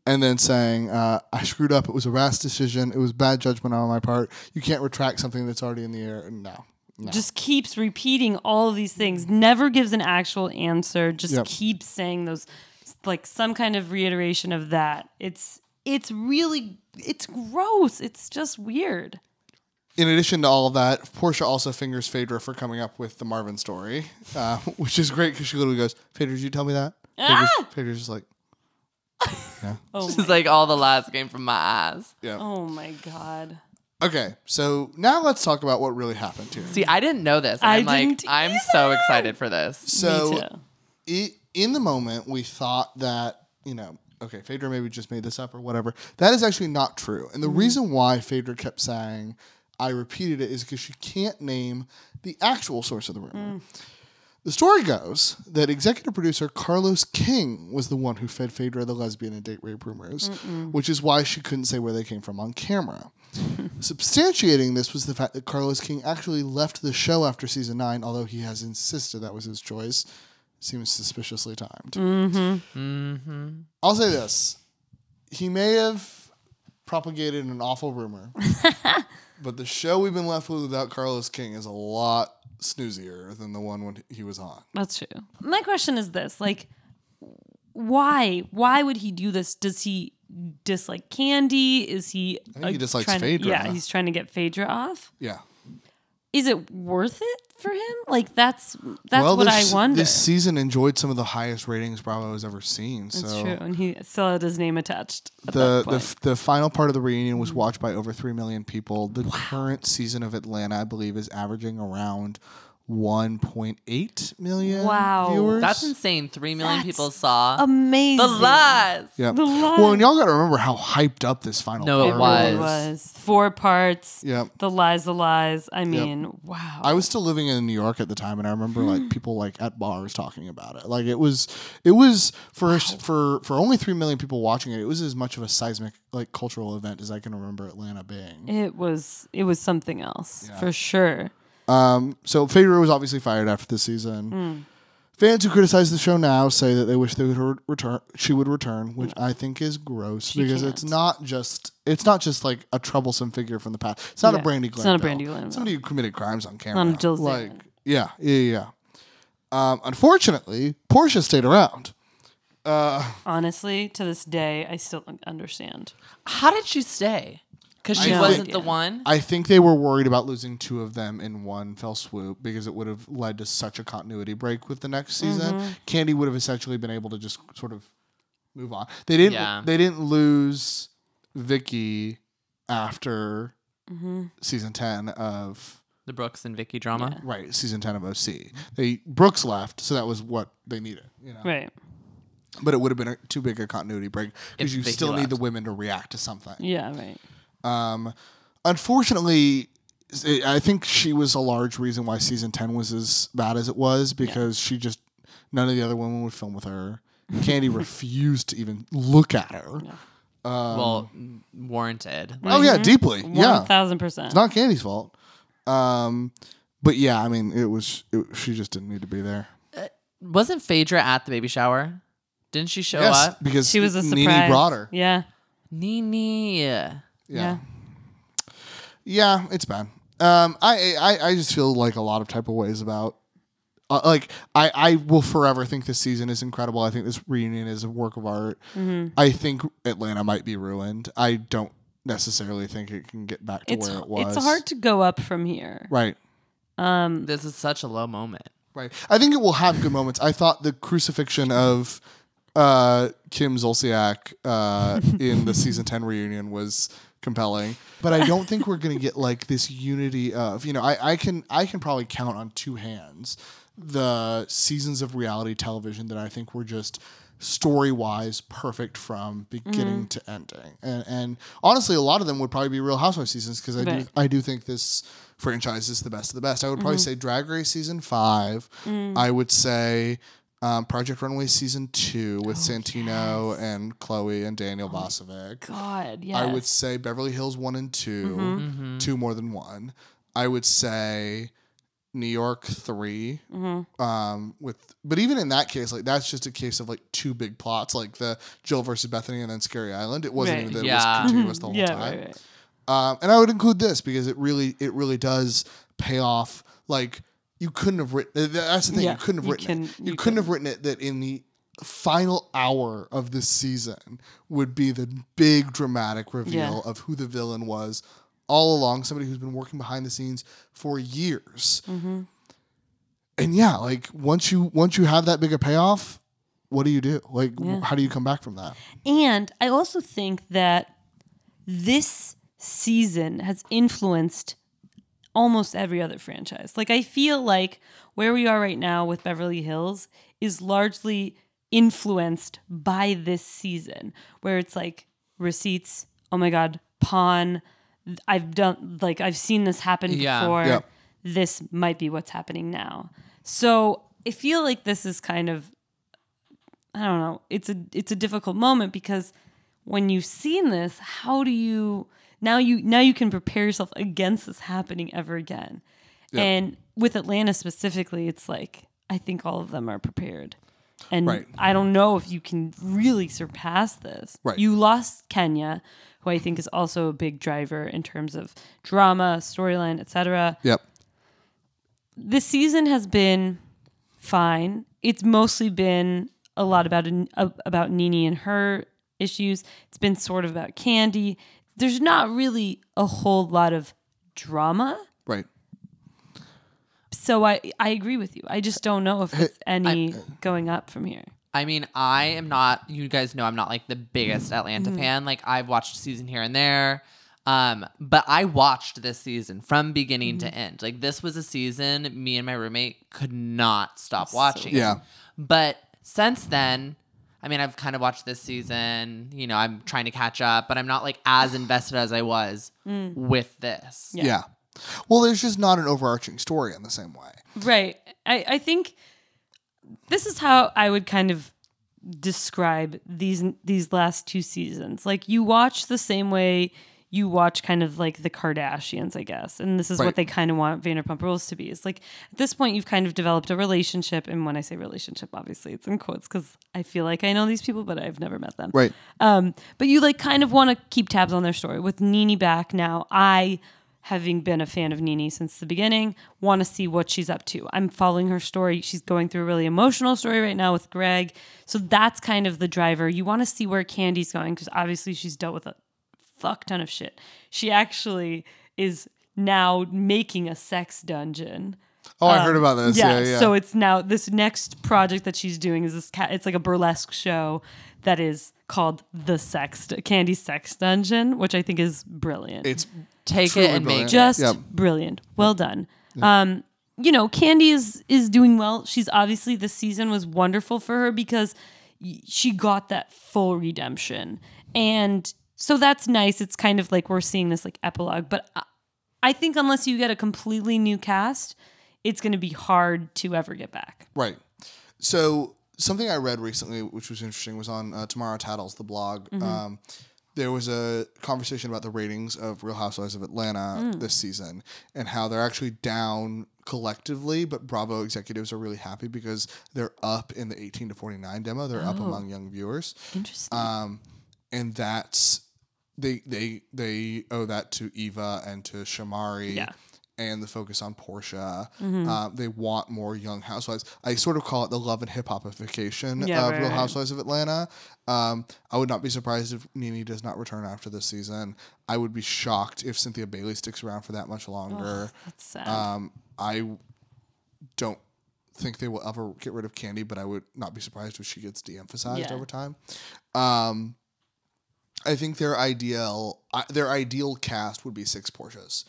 Speaker 3: and then saying, uh, I screwed up. It was a rash decision. It was bad judgment on my part. You can't retract something that's already in the air. No. No.
Speaker 2: Just keeps repeating all of these things. Never gives an actual answer. Just
Speaker 3: Yep.
Speaker 2: keeps saying those like some kind of reiteration of that. It's it's really it's gross. It's just weird.
Speaker 3: In addition to all of that, Portia also fingers Phaedra for coming up with the Marvin story, uh, which is great because she literally goes, Phaedra, did you tell me that? Phaedra's, Phaedra's just like,
Speaker 1: It's like all the lies came from my eyes.
Speaker 3: yeah.
Speaker 2: Oh my god.
Speaker 3: Okay, so now let's talk about what really happened here.
Speaker 1: See, I didn't know this. And
Speaker 2: I
Speaker 1: I'm like,
Speaker 2: didn't
Speaker 1: I'm so excited for this.
Speaker 3: So
Speaker 2: Me too.
Speaker 3: i in the moment, we thought that, you know, okay, Phaedra maybe just made this up or whatever. That is actually not true. And the reason why Phaedra kept saying, I repeated it, is because she can't name the actual source of the rumor. The story goes that executive producer Carlos King was the one who fed Phaedra the lesbian and date rape rumors, which is why she couldn't say where they came from on camera. Substantiating this was the fact that Carlos King actually left the show after season nine, although he has insisted that was his choice. Seems suspiciously timed.
Speaker 2: Mm-hmm.
Speaker 3: I'll say this. He may have propagated an awful rumor, but the show we've been left with without Carlos King is a lot snoozier than the one when he was on.
Speaker 2: That's true. My question is this: like, why? Why would he do this? Does he dislike candy? Is he? I
Speaker 3: think he dislikes Phaedra.
Speaker 2: Yeah, he's trying to get Phaedra off.
Speaker 3: Yeah.
Speaker 2: Is it worth it for him? Like, that's that's what I
Speaker 3: this,
Speaker 2: wonder.
Speaker 3: This season enjoyed some of the highest ratings Bravo has ever seen. So
Speaker 2: that's true, and he still had his name attached. At
Speaker 3: the
Speaker 2: that
Speaker 3: the,
Speaker 2: point. Mm.
Speaker 3: f- the final part of the reunion was watched by over 3 million people. The current season of Atlanta, I believe, is averaging around 1.8 million
Speaker 2: Wow.
Speaker 3: viewers.
Speaker 1: That's insane. Three million
Speaker 2: That's
Speaker 1: people saw
Speaker 2: amazing.
Speaker 1: the lies.
Speaker 3: yeah.
Speaker 2: The line.
Speaker 3: Well, and y'all got to remember how hyped up this final
Speaker 1: No, it
Speaker 3: part
Speaker 2: It
Speaker 1: was.
Speaker 2: was four parts.
Speaker 3: Yep.
Speaker 2: The lies, the lies. I mean, wow.
Speaker 3: I was still living in New York at the time, and I remember
Speaker 2: Hmm.
Speaker 3: like people like at bars talking about it. Like it was, it was for for for only three million people watching it. It was as much of a seismic like cultural event as I can remember Atlanta being.
Speaker 2: it was it was something else for sure.
Speaker 3: Um, so Fedor was obviously fired after the season.
Speaker 2: Hmm.
Speaker 3: Fans who criticize the show now say that they wish they would re- return. She would return, which
Speaker 2: Mm.
Speaker 3: I think is gross because it's not just it's not just like a troublesome figure from the past. It's not
Speaker 2: Yeah.
Speaker 3: a Brandy
Speaker 2: It's not a
Speaker 3: Glanville.
Speaker 2: Brandy Glanville.
Speaker 3: Somebody who committed crimes on camera.
Speaker 2: On Jill
Speaker 3: like
Speaker 2: Zarin.
Speaker 3: yeah, yeah, yeah. Um, unfortunately, Portia stayed around. Uh,
Speaker 2: Honestly, to this day, I still don't understand.
Speaker 1: How did she stay? Because she
Speaker 3: I
Speaker 1: wasn't
Speaker 3: think-
Speaker 1: the one.
Speaker 3: I think they were worried about losing two of them in one fell swoop because it would have led to such a continuity break with the next season.
Speaker 1: Mm-hmm.
Speaker 3: Candy would have essentially been able to just sort of move on. They didn't.
Speaker 1: Yeah.
Speaker 3: They didn't lose Vicky after
Speaker 1: Mm-hmm.
Speaker 3: season ten of
Speaker 1: The Brooks and Vicky drama.
Speaker 3: right season ten of OC. They Brooks left, so that was what they needed. You know,
Speaker 2: Right.
Speaker 3: but it would have been a, too big a continuity break because
Speaker 1: If
Speaker 3: you
Speaker 1: Vicky
Speaker 3: still need
Speaker 1: left.
Speaker 3: the women to react to something.
Speaker 2: Yeah, right.
Speaker 3: Um, unfortunately, s- eh, I think she was a large reason why season 10 was as bad as it was because she just, none of the other women would film with her. Candy refused to even look at her.
Speaker 1: well, warranted.
Speaker 3: Oh yeah, deeply.
Speaker 2: One
Speaker 3: Yeah,
Speaker 2: thousand percent.
Speaker 3: it's not Candy's fault. Um, but yeah, I mean, it was it, she just didn't need to be there.
Speaker 1: Wasn't Phaedra at the baby shower? Didn't she show
Speaker 3: yes,
Speaker 1: up?
Speaker 3: because
Speaker 2: She was a surprise.
Speaker 3: Nene brought her.
Speaker 2: Yeah.
Speaker 1: Nini. Yeah.
Speaker 3: Yeah. Yeah, it's bad. Um, I, I I just feel like a lot of type of ways about. Uh, like I, I will forever think this season is incredible. I think this reunion is a work of art.
Speaker 2: Mm-hmm.
Speaker 3: I think Atlanta might be ruined. I don't necessarily think it can get back to
Speaker 2: It's
Speaker 3: where it was.
Speaker 2: it's hard to go up from here.
Speaker 3: right,
Speaker 2: Um,
Speaker 1: This is such a low moment.
Speaker 3: right. I think it will have good moments. I thought the crucifixion of uh, Kim Zolciak uh, in the season ten reunion was compelling, but I don't think we're gonna get like this unity of you know I, I can I can probably count on two hands the seasons of reality television that I think were just story wise perfect from beginning to ending, and and honestly a lot of them would probably be Real Housewives seasons because I do
Speaker 2: Right.
Speaker 3: I do think this franchise is the best of the best. I would probably
Speaker 2: Mm-hmm.
Speaker 3: say Drag Race season five.
Speaker 2: Mm.
Speaker 3: I would say. Um, Project Runway season two
Speaker 2: Oh,
Speaker 3: with Santino and Chloe and Daniel Vosovic.
Speaker 2: God, Oh, yes. Mm-hmm.
Speaker 3: I would say Beverly Hills one and 2
Speaker 1: Mm-hmm.
Speaker 3: two more than one. I would say New York 3 Um, with but even in that case, like that's just a case of like two big plots, like the Jill versus Bethany and then Scary Island. It wasn't
Speaker 2: Right.
Speaker 3: even that
Speaker 1: Yeah.
Speaker 3: it was continuous the whole
Speaker 2: Mm-hmm. yeah,
Speaker 3: time.
Speaker 2: right, right.
Speaker 3: Um, and I would include this because it really, it really does pay off. Like you couldn't have written. That's the thing.
Speaker 2: Yeah,
Speaker 3: you couldn't have
Speaker 2: you
Speaker 3: written. it.
Speaker 2: can-
Speaker 3: you
Speaker 2: you
Speaker 3: couldn't have written it that in the final hour of this season would be the big dramatic reveal
Speaker 2: Yeah.
Speaker 3: of who the villain was all along. Somebody who's been working behind the scenes for years.
Speaker 2: Mm-hmm.
Speaker 3: And yeah, like once you once you have that big a payoff, what do you do? Like, w- how do you come back from that?
Speaker 2: And I also think that this season has influenced almost every other franchise. Like I feel like where we are right now with Beverly Hills is largely influenced by this season where it's like receipts, oh my god, pawn, I've done like I've seen this happen
Speaker 1: Yeah.
Speaker 2: before.
Speaker 3: Yeah.
Speaker 2: This might be what's happening now. So, I feel like this is kind of I don't know. It's a it's a difficult moment because when you've seen this, how do you now you now you can prepare yourself against this happening ever again. And with Atlanta specifically, it's like I think all of them are prepared. And
Speaker 3: Right.
Speaker 2: I don't know if you can really surpass this.
Speaker 3: Right.
Speaker 2: You lost Kenya, who I think is also a big driver in terms of drama, storyline, etc
Speaker 3: Yep.
Speaker 2: this season has been fine. It's mostly been a lot about about Nini and her issues. It's been sort of about Candy. There's not really a whole lot of drama.
Speaker 3: Right.
Speaker 2: So I I agree with you. I just don't know if it's any going up from here.
Speaker 1: I mean, I am not. You guys know I'm not like the biggest Atlanta
Speaker 3: Mm-hmm.
Speaker 1: fan. Like I've watched a season here and there, um, but I watched this season from beginning to
Speaker 3: Mm-hmm.
Speaker 1: end. Like this was a season me and my roommate could not stop watching.
Speaker 3: Yeah.
Speaker 1: But since then, I mean, I've kind of watched this season. You know, I'm trying to catch up, but I'm not like as invested as I was
Speaker 3: Mm.
Speaker 1: with this.
Speaker 2: Yeah.
Speaker 3: yeah. Well, there's just not an overarching story in the same way.
Speaker 2: Right. I, I think this is how I would kind of describe these these last two seasons. Like you watch the same way you watch kind of like the Kardashians, I guess. And this is
Speaker 3: Right.
Speaker 2: what they kind of want Vanderpump Rules to be. It's like at this point you've kind of developed a relationship and when I say relationship, obviously it's in quotes cuz I feel like I know these people but I've never met them.
Speaker 3: Right.
Speaker 2: Um, but you like kind of want to keep tabs on their story. With Nini back now, I, having been a fan of Nini since the beginning, want to see what she's up to. I'm following her story. She's going through a really emotional story right now with Greg. So that's kind of the driver. You want to see where Candy's going because obviously she's dealt with a fuck ton of shit. She actually is now making a sex dungeon.
Speaker 3: Oh, I heard about this. Yeah,
Speaker 2: Um, Yeah,
Speaker 3: yeah.
Speaker 2: So it's now this next project that she's doing is this cat. It's like a burlesque show that is called the Sex Candy Sex Dungeon, which I think is brilliant.
Speaker 3: it's
Speaker 1: Take
Speaker 3: Truly
Speaker 1: it and make
Speaker 3: brilliant.
Speaker 1: it.
Speaker 2: just
Speaker 3: Yep.
Speaker 2: brilliant. Well done. Um, you know, Candy is is doing well. She's obviously this season was wonderful for her because y- she got that full redemption, and so that's nice. It's kind of like we're seeing this like epilogue, but I, I think unless you get a completely new cast, it's going to be hard to ever get back.
Speaker 3: right. So something I read recently, which was interesting, was on uh, Tamara Tattles, the blog.
Speaker 2: Mm-hmm.
Speaker 3: Um, there was a conversation about the ratings of Real Housewives of Atlanta
Speaker 2: Mm.
Speaker 3: this season and how they're actually down collectively, but Bravo executives are really happy because they're up in the 18 to 49 demo. They're
Speaker 2: Oh.
Speaker 3: up among young viewers.
Speaker 2: Interesting.
Speaker 3: Um, and that's they they they owe that to Eva and to Shamari.
Speaker 2: Yeah. Mm-hmm.
Speaker 3: And the focus on Portia. Uh, they want more young housewives. I sort of call it the love and hip hopification
Speaker 2: Yeah,
Speaker 3: of
Speaker 2: right,
Speaker 3: Real
Speaker 2: right.
Speaker 3: Housewives of Atlanta. Um, I would not be surprised if Nene does not return after this season. I would be shocked if Cynthia Bailey sticks around for that much longer.
Speaker 2: That's sad.
Speaker 3: Um, I don't think they will ever get rid of Candy, but I would not be surprised if she gets de-emphasized
Speaker 2: Yeah.
Speaker 3: over time. Um, I think their ideal I their ideal cast would be six Porsches,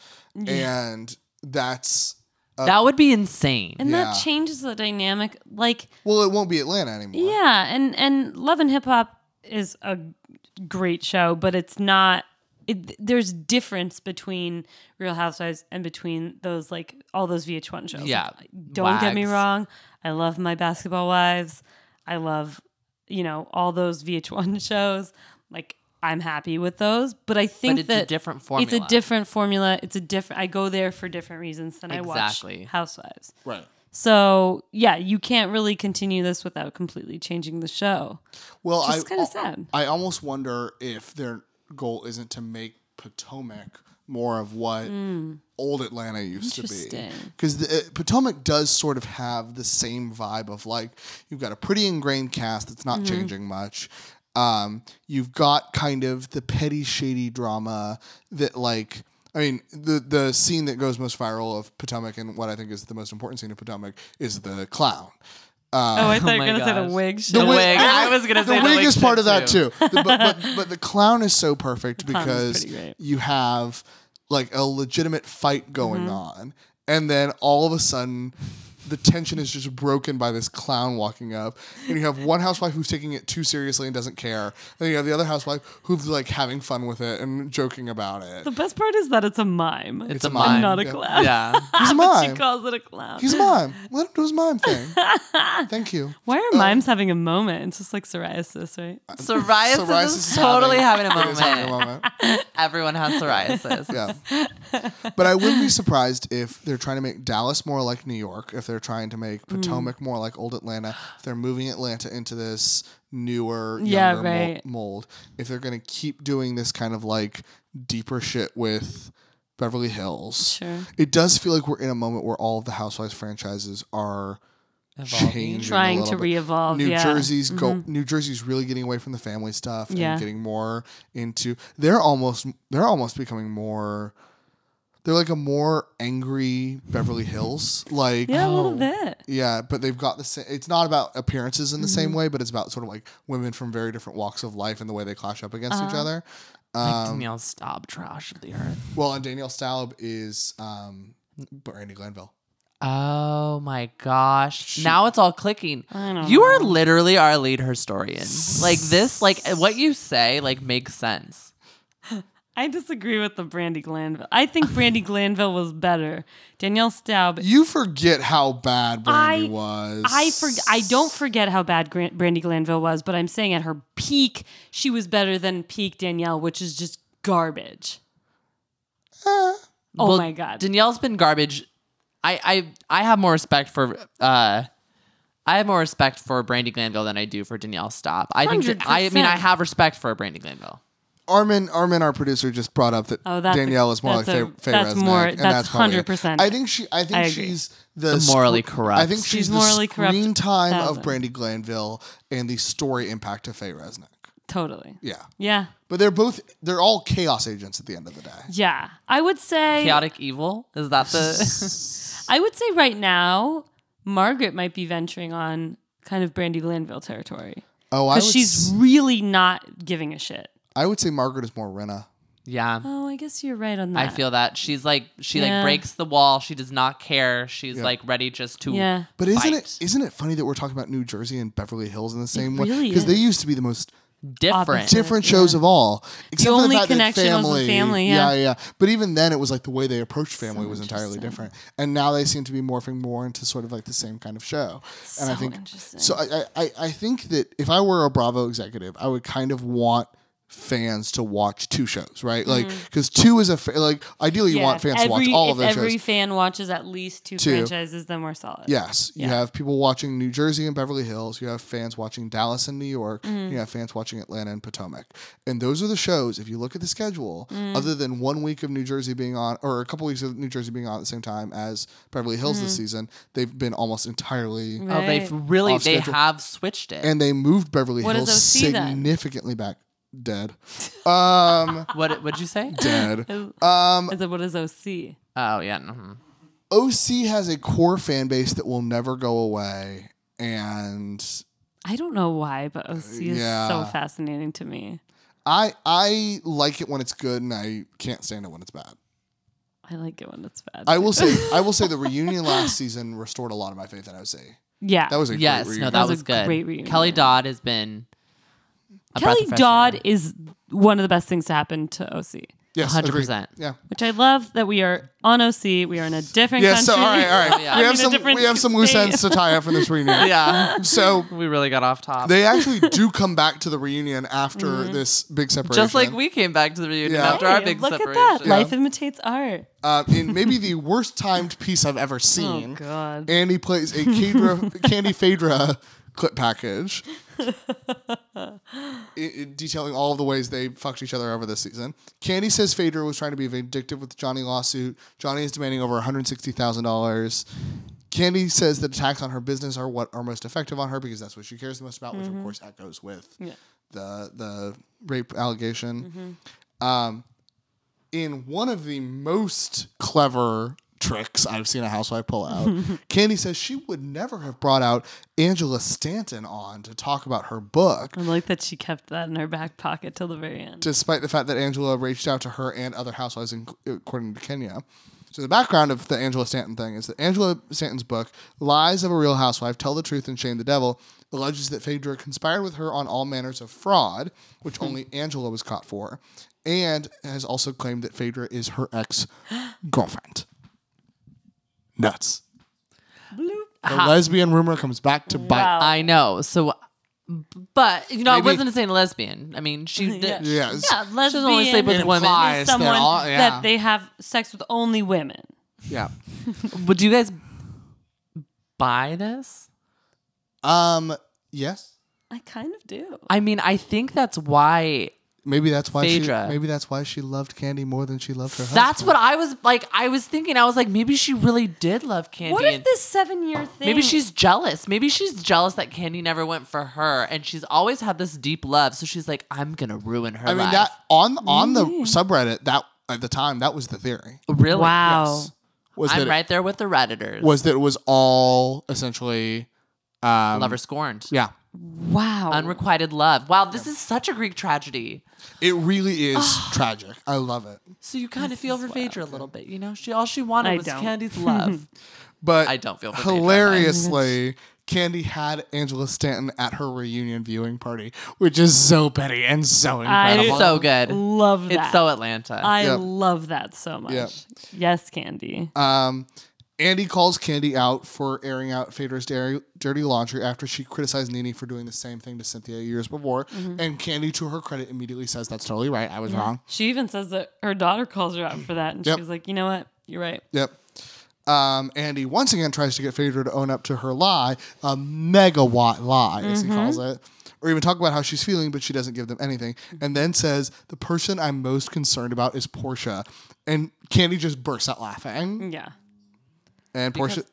Speaker 3: and that's
Speaker 1: that would be insane.
Speaker 2: and that
Speaker 3: yeah.
Speaker 2: changes the dynamic. Like,
Speaker 3: well, it won't be Atlanta anymore.
Speaker 2: yeah, and and Love and Hip Hop is a great show, but it's not. It, there's difference between Real Housewives and between those like all those VH1 shows.
Speaker 1: Yeah,
Speaker 2: don't get me
Speaker 1: Wags.
Speaker 2: wrong. I love my Basketball Wives. I love you know all those VH1 shows. Like I'm happy with those, but I think
Speaker 1: it's a
Speaker 2: that
Speaker 1: different
Speaker 2: It's a
Speaker 1: formula.
Speaker 2: different formula. It's a different. I go there for different reasons than I
Speaker 1: Exactly.
Speaker 2: watch Housewives.
Speaker 3: Right.
Speaker 2: So yeah, you can't really continue this without completely changing the show.
Speaker 3: Well,
Speaker 2: Just
Speaker 3: I
Speaker 2: kinda sad.
Speaker 3: I almost wonder if their goal isn't to make Potomac more of what old Atlanta used to be.
Speaker 2: Interesting.
Speaker 3: Because the uh, Potomac does sort of have the same vibe of like you've got a pretty ingrained cast that's not changing much. Um, you've got kind of the petty shady drama that like. I mean, the the scene that goes most viral of Potomac and what I think is the most important scene of Potomac is the clown.
Speaker 2: Oh, I thought you
Speaker 1: my
Speaker 2: were gonna say
Speaker 1: gosh.
Speaker 2: the wig show.
Speaker 1: The wig. I
Speaker 3: and
Speaker 1: was gonna say
Speaker 3: the wig is
Speaker 1: shit
Speaker 3: part of that too. The- but, but, but the clown is so perfect
Speaker 2: clown is
Speaker 3: because
Speaker 2: pretty great.
Speaker 3: you have like a legitimate fight going
Speaker 2: Mm-hmm.
Speaker 3: on, and then all of a sudden. The tension is just broken by this clown walking up, and you have one housewife who's taking it too seriously and doesn't care. Then you have the other housewife who's like having fun with it and joking about it.
Speaker 2: The best part is that it's a mime.
Speaker 1: It's a
Speaker 3: a mime.
Speaker 1: mime.
Speaker 2: not a
Speaker 3: yeah.
Speaker 2: clown.
Speaker 1: yeah.
Speaker 3: He's a
Speaker 2: but she
Speaker 3: mime.
Speaker 2: calls it a clown.
Speaker 3: He's a mime. Let him do his mime thing. Thank you.
Speaker 2: Why are mimes having a moment? It's just like psoriasis, right?
Speaker 3: Uh,
Speaker 1: Psoriasis,
Speaker 3: Psoriasis
Speaker 1: is, totally having,
Speaker 3: it is having
Speaker 1: a
Speaker 3: a
Speaker 1: moment.
Speaker 3: moment.
Speaker 1: Everyone has psoriasis.
Speaker 3: Yeah. But I wouldn't be surprised if they're trying to make Dallas more like New York, if they're trying to make
Speaker 2: Hmm.
Speaker 3: Potomac more like old Atlanta, if they're moving Atlanta into this newer,
Speaker 2: Yeah,
Speaker 3: younger mol-
Speaker 2: right.
Speaker 3: mold, if they're going to keep doing this kind of like deeper shit with Beverly Hills.
Speaker 2: Sure.
Speaker 3: It does feel like we're in a moment where all of the Housewives franchises are changing. a
Speaker 2: Trying to
Speaker 3: little bit.
Speaker 2: re-evolve.
Speaker 3: New
Speaker 2: yeah. Mm-hmm.
Speaker 3: Jersey's go. New Jersey's really getting away from the family stuff and
Speaker 2: Yeah.
Speaker 3: getting more into. They're almost. They're almost becoming more. They're like a more angry Beverly Hills. Like
Speaker 2: Yeah, a little
Speaker 1: Oh.
Speaker 2: bit.
Speaker 3: yeah, but they've got the same. It's not about appearances in the
Speaker 2: Mm-hmm.
Speaker 3: same way, but it's about sort of like women from very different walks of life and the way they clash up against
Speaker 2: Uh-huh.
Speaker 3: each other. Um,
Speaker 1: Danielle, stop trash of the earth.
Speaker 3: Well, and Danielle Staub is um, Brandy Glanville.
Speaker 1: Oh my gosh. Now it's all clicking.
Speaker 2: I don't
Speaker 1: You are literally our lead historian. Like this, like what you say, like makes sense.
Speaker 2: I disagree with the Brandy Glanville. I think Brandy Glanville was better. Danielle Staub.
Speaker 3: You forget how bad Brandy
Speaker 2: I-
Speaker 3: was.
Speaker 2: I for, I don't forget how bad Gran Brandy Glanville was, but I'm saying at her peak, she was better than peak Danielle, which is just garbage.
Speaker 3: Eh.
Speaker 2: Oh
Speaker 1: Well,
Speaker 2: my god.
Speaker 1: Danielle's been garbage. I I I have more respect for uh I have more respect for Brandy Glanville than I do for Danielle Stop. I think that- I mean I
Speaker 2: 100%.
Speaker 1: have respect for Brandy Glanville.
Speaker 3: Armin, Armin, our producer, just brought up that
Speaker 2: Oh, that's a-
Speaker 3: Danielle is more like
Speaker 2: that's
Speaker 3: Faye,
Speaker 2: a-
Speaker 3: Faye
Speaker 2: that's
Speaker 3: Resnick,
Speaker 2: more-
Speaker 3: and
Speaker 2: that's
Speaker 3: probably it.
Speaker 2: 100%.
Speaker 3: I think she. I think
Speaker 2: I agree.
Speaker 3: she's the,
Speaker 1: The morally
Speaker 3: scr-
Speaker 1: corrupt.
Speaker 3: I think she's,
Speaker 2: She's
Speaker 3: the
Speaker 2: morally corrupt
Speaker 3: screen time of
Speaker 2: thousand.
Speaker 3: Brandy Glanville and the story impact of Faye Resnick.
Speaker 2: totally.
Speaker 3: Yeah,
Speaker 2: Yeah.
Speaker 3: but they're both they're all chaos agents at the end of the day.
Speaker 2: Yeah. I would say
Speaker 1: Chaotic evil? Is that the
Speaker 2: I would say right now Margaret might be venturing on kind of Brandy Glanville territory
Speaker 3: Oh, I would,
Speaker 2: cuz she's
Speaker 3: s-
Speaker 2: really not giving a shit.
Speaker 3: I would say Margaret is more Renna.
Speaker 1: Yeah.
Speaker 2: Oh, I guess you're right on that.
Speaker 1: I feel that she's like she
Speaker 2: Yeah.
Speaker 1: like breaks the wall. She does not care. She's like ready just to
Speaker 2: Yeah.
Speaker 3: But isn't
Speaker 1: fight.
Speaker 3: it isn't it funny that we're talking about New Jersey and Beverly Hills in the same way?
Speaker 2: really
Speaker 3: Because they
Speaker 2: is.
Speaker 3: used to be the most
Speaker 1: different.
Speaker 3: different shows of all. Except for
Speaker 2: only
Speaker 3: the fact that
Speaker 2: connection was the family,
Speaker 3: family, yeah, But even then, it was like the way they approached family was entirely different, and now they seem to be morphing more into sort of like the same kind of show. and I
Speaker 2: so
Speaker 3: think
Speaker 2: interesting.
Speaker 3: so. I, I- I I think that if I were a Bravo executive, I would kind of want fans to watch two shows, right? Like because two is a fa- like ideally you want fans
Speaker 2: Mm-hmm. every,
Speaker 3: to watch all
Speaker 2: if
Speaker 3: of their
Speaker 2: every
Speaker 3: shows.
Speaker 2: fan watches at least two,
Speaker 3: Two.
Speaker 2: franchises, then we're solid.
Speaker 3: Yes, you have people watching New Jersey and Beverly Hills. You have fans watching Dallas and New York.
Speaker 2: Mm-hmm.
Speaker 3: You have fans watching Atlanta and Potomac. And those are the shows. If you look at the schedule,
Speaker 2: Mm.
Speaker 3: other than one week of New Jersey being on, or a couple weeks of New Jersey being on at the same time as Beverly Hills this
Speaker 2: Mm-hmm.
Speaker 3: season, they've been almost entirely.
Speaker 1: Oh, they've really
Speaker 3: Off
Speaker 1: they
Speaker 3: schedule.
Speaker 1: have switched it.
Speaker 3: And they moved Beverly
Speaker 2: What does
Speaker 3: Hills
Speaker 2: OC then?
Speaker 3: significantly back. Dead. Um,
Speaker 1: what would you say?
Speaker 3: dead. Um,
Speaker 2: I said, what Oh, is OC?
Speaker 1: Oh yeah. mhm.
Speaker 3: OC has a core fan base that will never go away. And
Speaker 2: I don't know why, but OC is so
Speaker 3: Yeah.
Speaker 2: fascinating to me.
Speaker 3: I I like it when it's good, and I can't stand it when it's bad.
Speaker 2: I like it when it's bad.
Speaker 3: I will say I will say the reunion last season restored a lot of my faith in OC.
Speaker 2: yeah.
Speaker 3: That was a
Speaker 1: Yes.
Speaker 3: great
Speaker 1: No,
Speaker 3: reunion.
Speaker 1: that
Speaker 2: That was
Speaker 1: was
Speaker 2: a
Speaker 1: good.
Speaker 2: great reunion.
Speaker 1: Kelly Dodd has been. a breath
Speaker 2: Kelly
Speaker 1: of fresh
Speaker 2: Dodd
Speaker 1: air.
Speaker 2: is one of the best things to happen to OC,
Speaker 3: yes,
Speaker 1: 100%.
Speaker 3: agreed. Yeah.
Speaker 2: which I love that we are on OC. We are in a different
Speaker 3: Yeah.
Speaker 2: country.
Speaker 3: So all right, all right.
Speaker 1: yeah.
Speaker 2: I'm
Speaker 3: We
Speaker 2: in
Speaker 3: have
Speaker 2: a
Speaker 3: some
Speaker 2: different
Speaker 3: we have some loose
Speaker 2: state.
Speaker 3: ends to tie up in this reunion.
Speaker 1: Yeah.
Speaker 3: So
Speaker 1: we really got off top.
Speaker 3: they actually do come back to the reunion after this big separation.
Speaker 1: Mm-hmm. Just like we came back to the reunion
Speaker 3: Yeah.
Speaker 1: after our
Speaker 2: Hey,
Speaker 1: big
Speaker 2: look
Speaker 1: separation.
Speaker 2: at that. Life imitates art.
Speaker 3: uh, in maybe the worst timed piece I've
Speaker 1: Oh,
Speaker 3: ever seen.
Speaker 2: Oh, God.
Speaker 3: Andy plays a Cadra, Candy Phaedra clip package i- i- detailing all of the ways they fucked each other over this season. Candy says Phaedra was trying to be vindictive with the Johnny lawsuit. Johnny is demanding over $160,000. Candy says that attacks on her business are what are most effective on her because that's what she cares the most about, which of course echoes with the the rape allegation in one of the most clever tricks I've seen a housewife pull out, Candy says she would never have brought out Angela Stanton on to talk about her book,
Speaker 2: I like that she kept that in her back pocket till the very end.
Speaker 3: despite the fact that Angela reached out to her and other housewives, in, according to Kenya. So the background of the Angela Stanton thing is that Angela Stanton's book, Lies of a Real Housewife, Tell the Truth and Shame the Devil, alleges that Phaedra conspired with her on all manners of fraud, which only Angela was caught for, and has also claimed that Phaedra is her ex-girlfriend. Nuts. The lesbian rumor comes back to bite.
Speaker 2: Wow.
Speaker 1: I know. So, but you know, I
Speaker 3: Maybe-
Speaker 1: wasn't saying lesbian. I mean, she did.
Speaker 3: Yes.
Speaker 2: Yeah, lesbian
Speaker 1: doesn't only sleep with
Speaker 2: is
Speaker 1: women.
Speaker 3: Implies that
Speaker 2: someone
Speaker 3: all- yeah.
Speaker 2: that they have sex with only women.
Speaker 3: yeah.
Speaker 1: Would you guys buy this?
Speaker 3: Um. Yes.
Speaker 2: I kind of do.
Speaker 1: I mean, I think that's why.
Speaker 3: Maybe that's why
Speaker 1: Phaedra.
Speaker 3: she. Maybe that's why she loved Candy more than she loved her husband.
Speaker 1: That's what I was like. I was thinking. I was like, maybe she really did love Candy.
Speaker 2: What if
Speaker 1: and
Speaker 2: this seven year thing?
Speaker 1: Maybe she's jealous. Maybe she's jealous that Candy never went for her, and she's always had this deep love. So she's like, I'm gonna ruin her.
Speaker 3: I mean,
Speaker 1: life.
Speaker 3: that on on the
Speaker 1: Mm.
Speaker 3: subreddit that at the time that was the theory
Speaker 1: really.
Speaker 2: Wow.
Speaker 3: Yes. was that
Speaker 1: I'm
Speaker 3: it-
Speaker 1: right there with the redditors.
Speaker 3: was that it was all essentially um,
Speaker 1: lover scorned?
Speaker 3: Yeah,
Speaker 2: Wow.
Speaker 1: Unrequited love. Wow, this is such a Greek tragedy.
Speaker 3: it really is tragic. I love it,
Speaker 1: So you kind of feel for Phaedra a little bit, you know? She all she wanted
Speaker 2: I
Speaker 1: was
Speaker 2: don't.
Speaker 1: Candy's love.
Speaker 3: but
Speaker 1: I don't feel for Phaedra, I'm lying.
Speaker 3: hilariously. Candy had Angela Stanton at her reunion viewing party, which is so petty and so
Speaker 2: I-
Speaker 3: incredible.
Speaker 1: it's so good.
Speaker 2: love that.
Speaker 1: It's so Atlanta.
Speaker 2: I
Speaker 3: Yep.
Speaker 2: love that so much.
Speaker 3: Yep.
Speaker 2: Yes, Candy.
Speaker 3: Um, Andy calls Candy out for airing out Phaedra's dairy, dirty laundry after she criticized Nene for doing the same thing to Cynthia years before. And Candy, to her credit, immediately says, That's totally right. I was wrong.
Speaker 2: she even says that her daughter calls her out for that, and
Speaker 3: Yep.
Speaker 2: she was like, "You know what? You're right."
Speaker 3: Yep. Um, Andy once again tries to get Phaedra to own up to her lie, a megawatt lie, as he calls it, or even talk about how she's feeling, but she doesn't give them anything. And then says, The person I'm most concerned about is Portia. And Candy just bursts out laughing.
Speaker 2: Yeah.
Speaker 3: And Portia.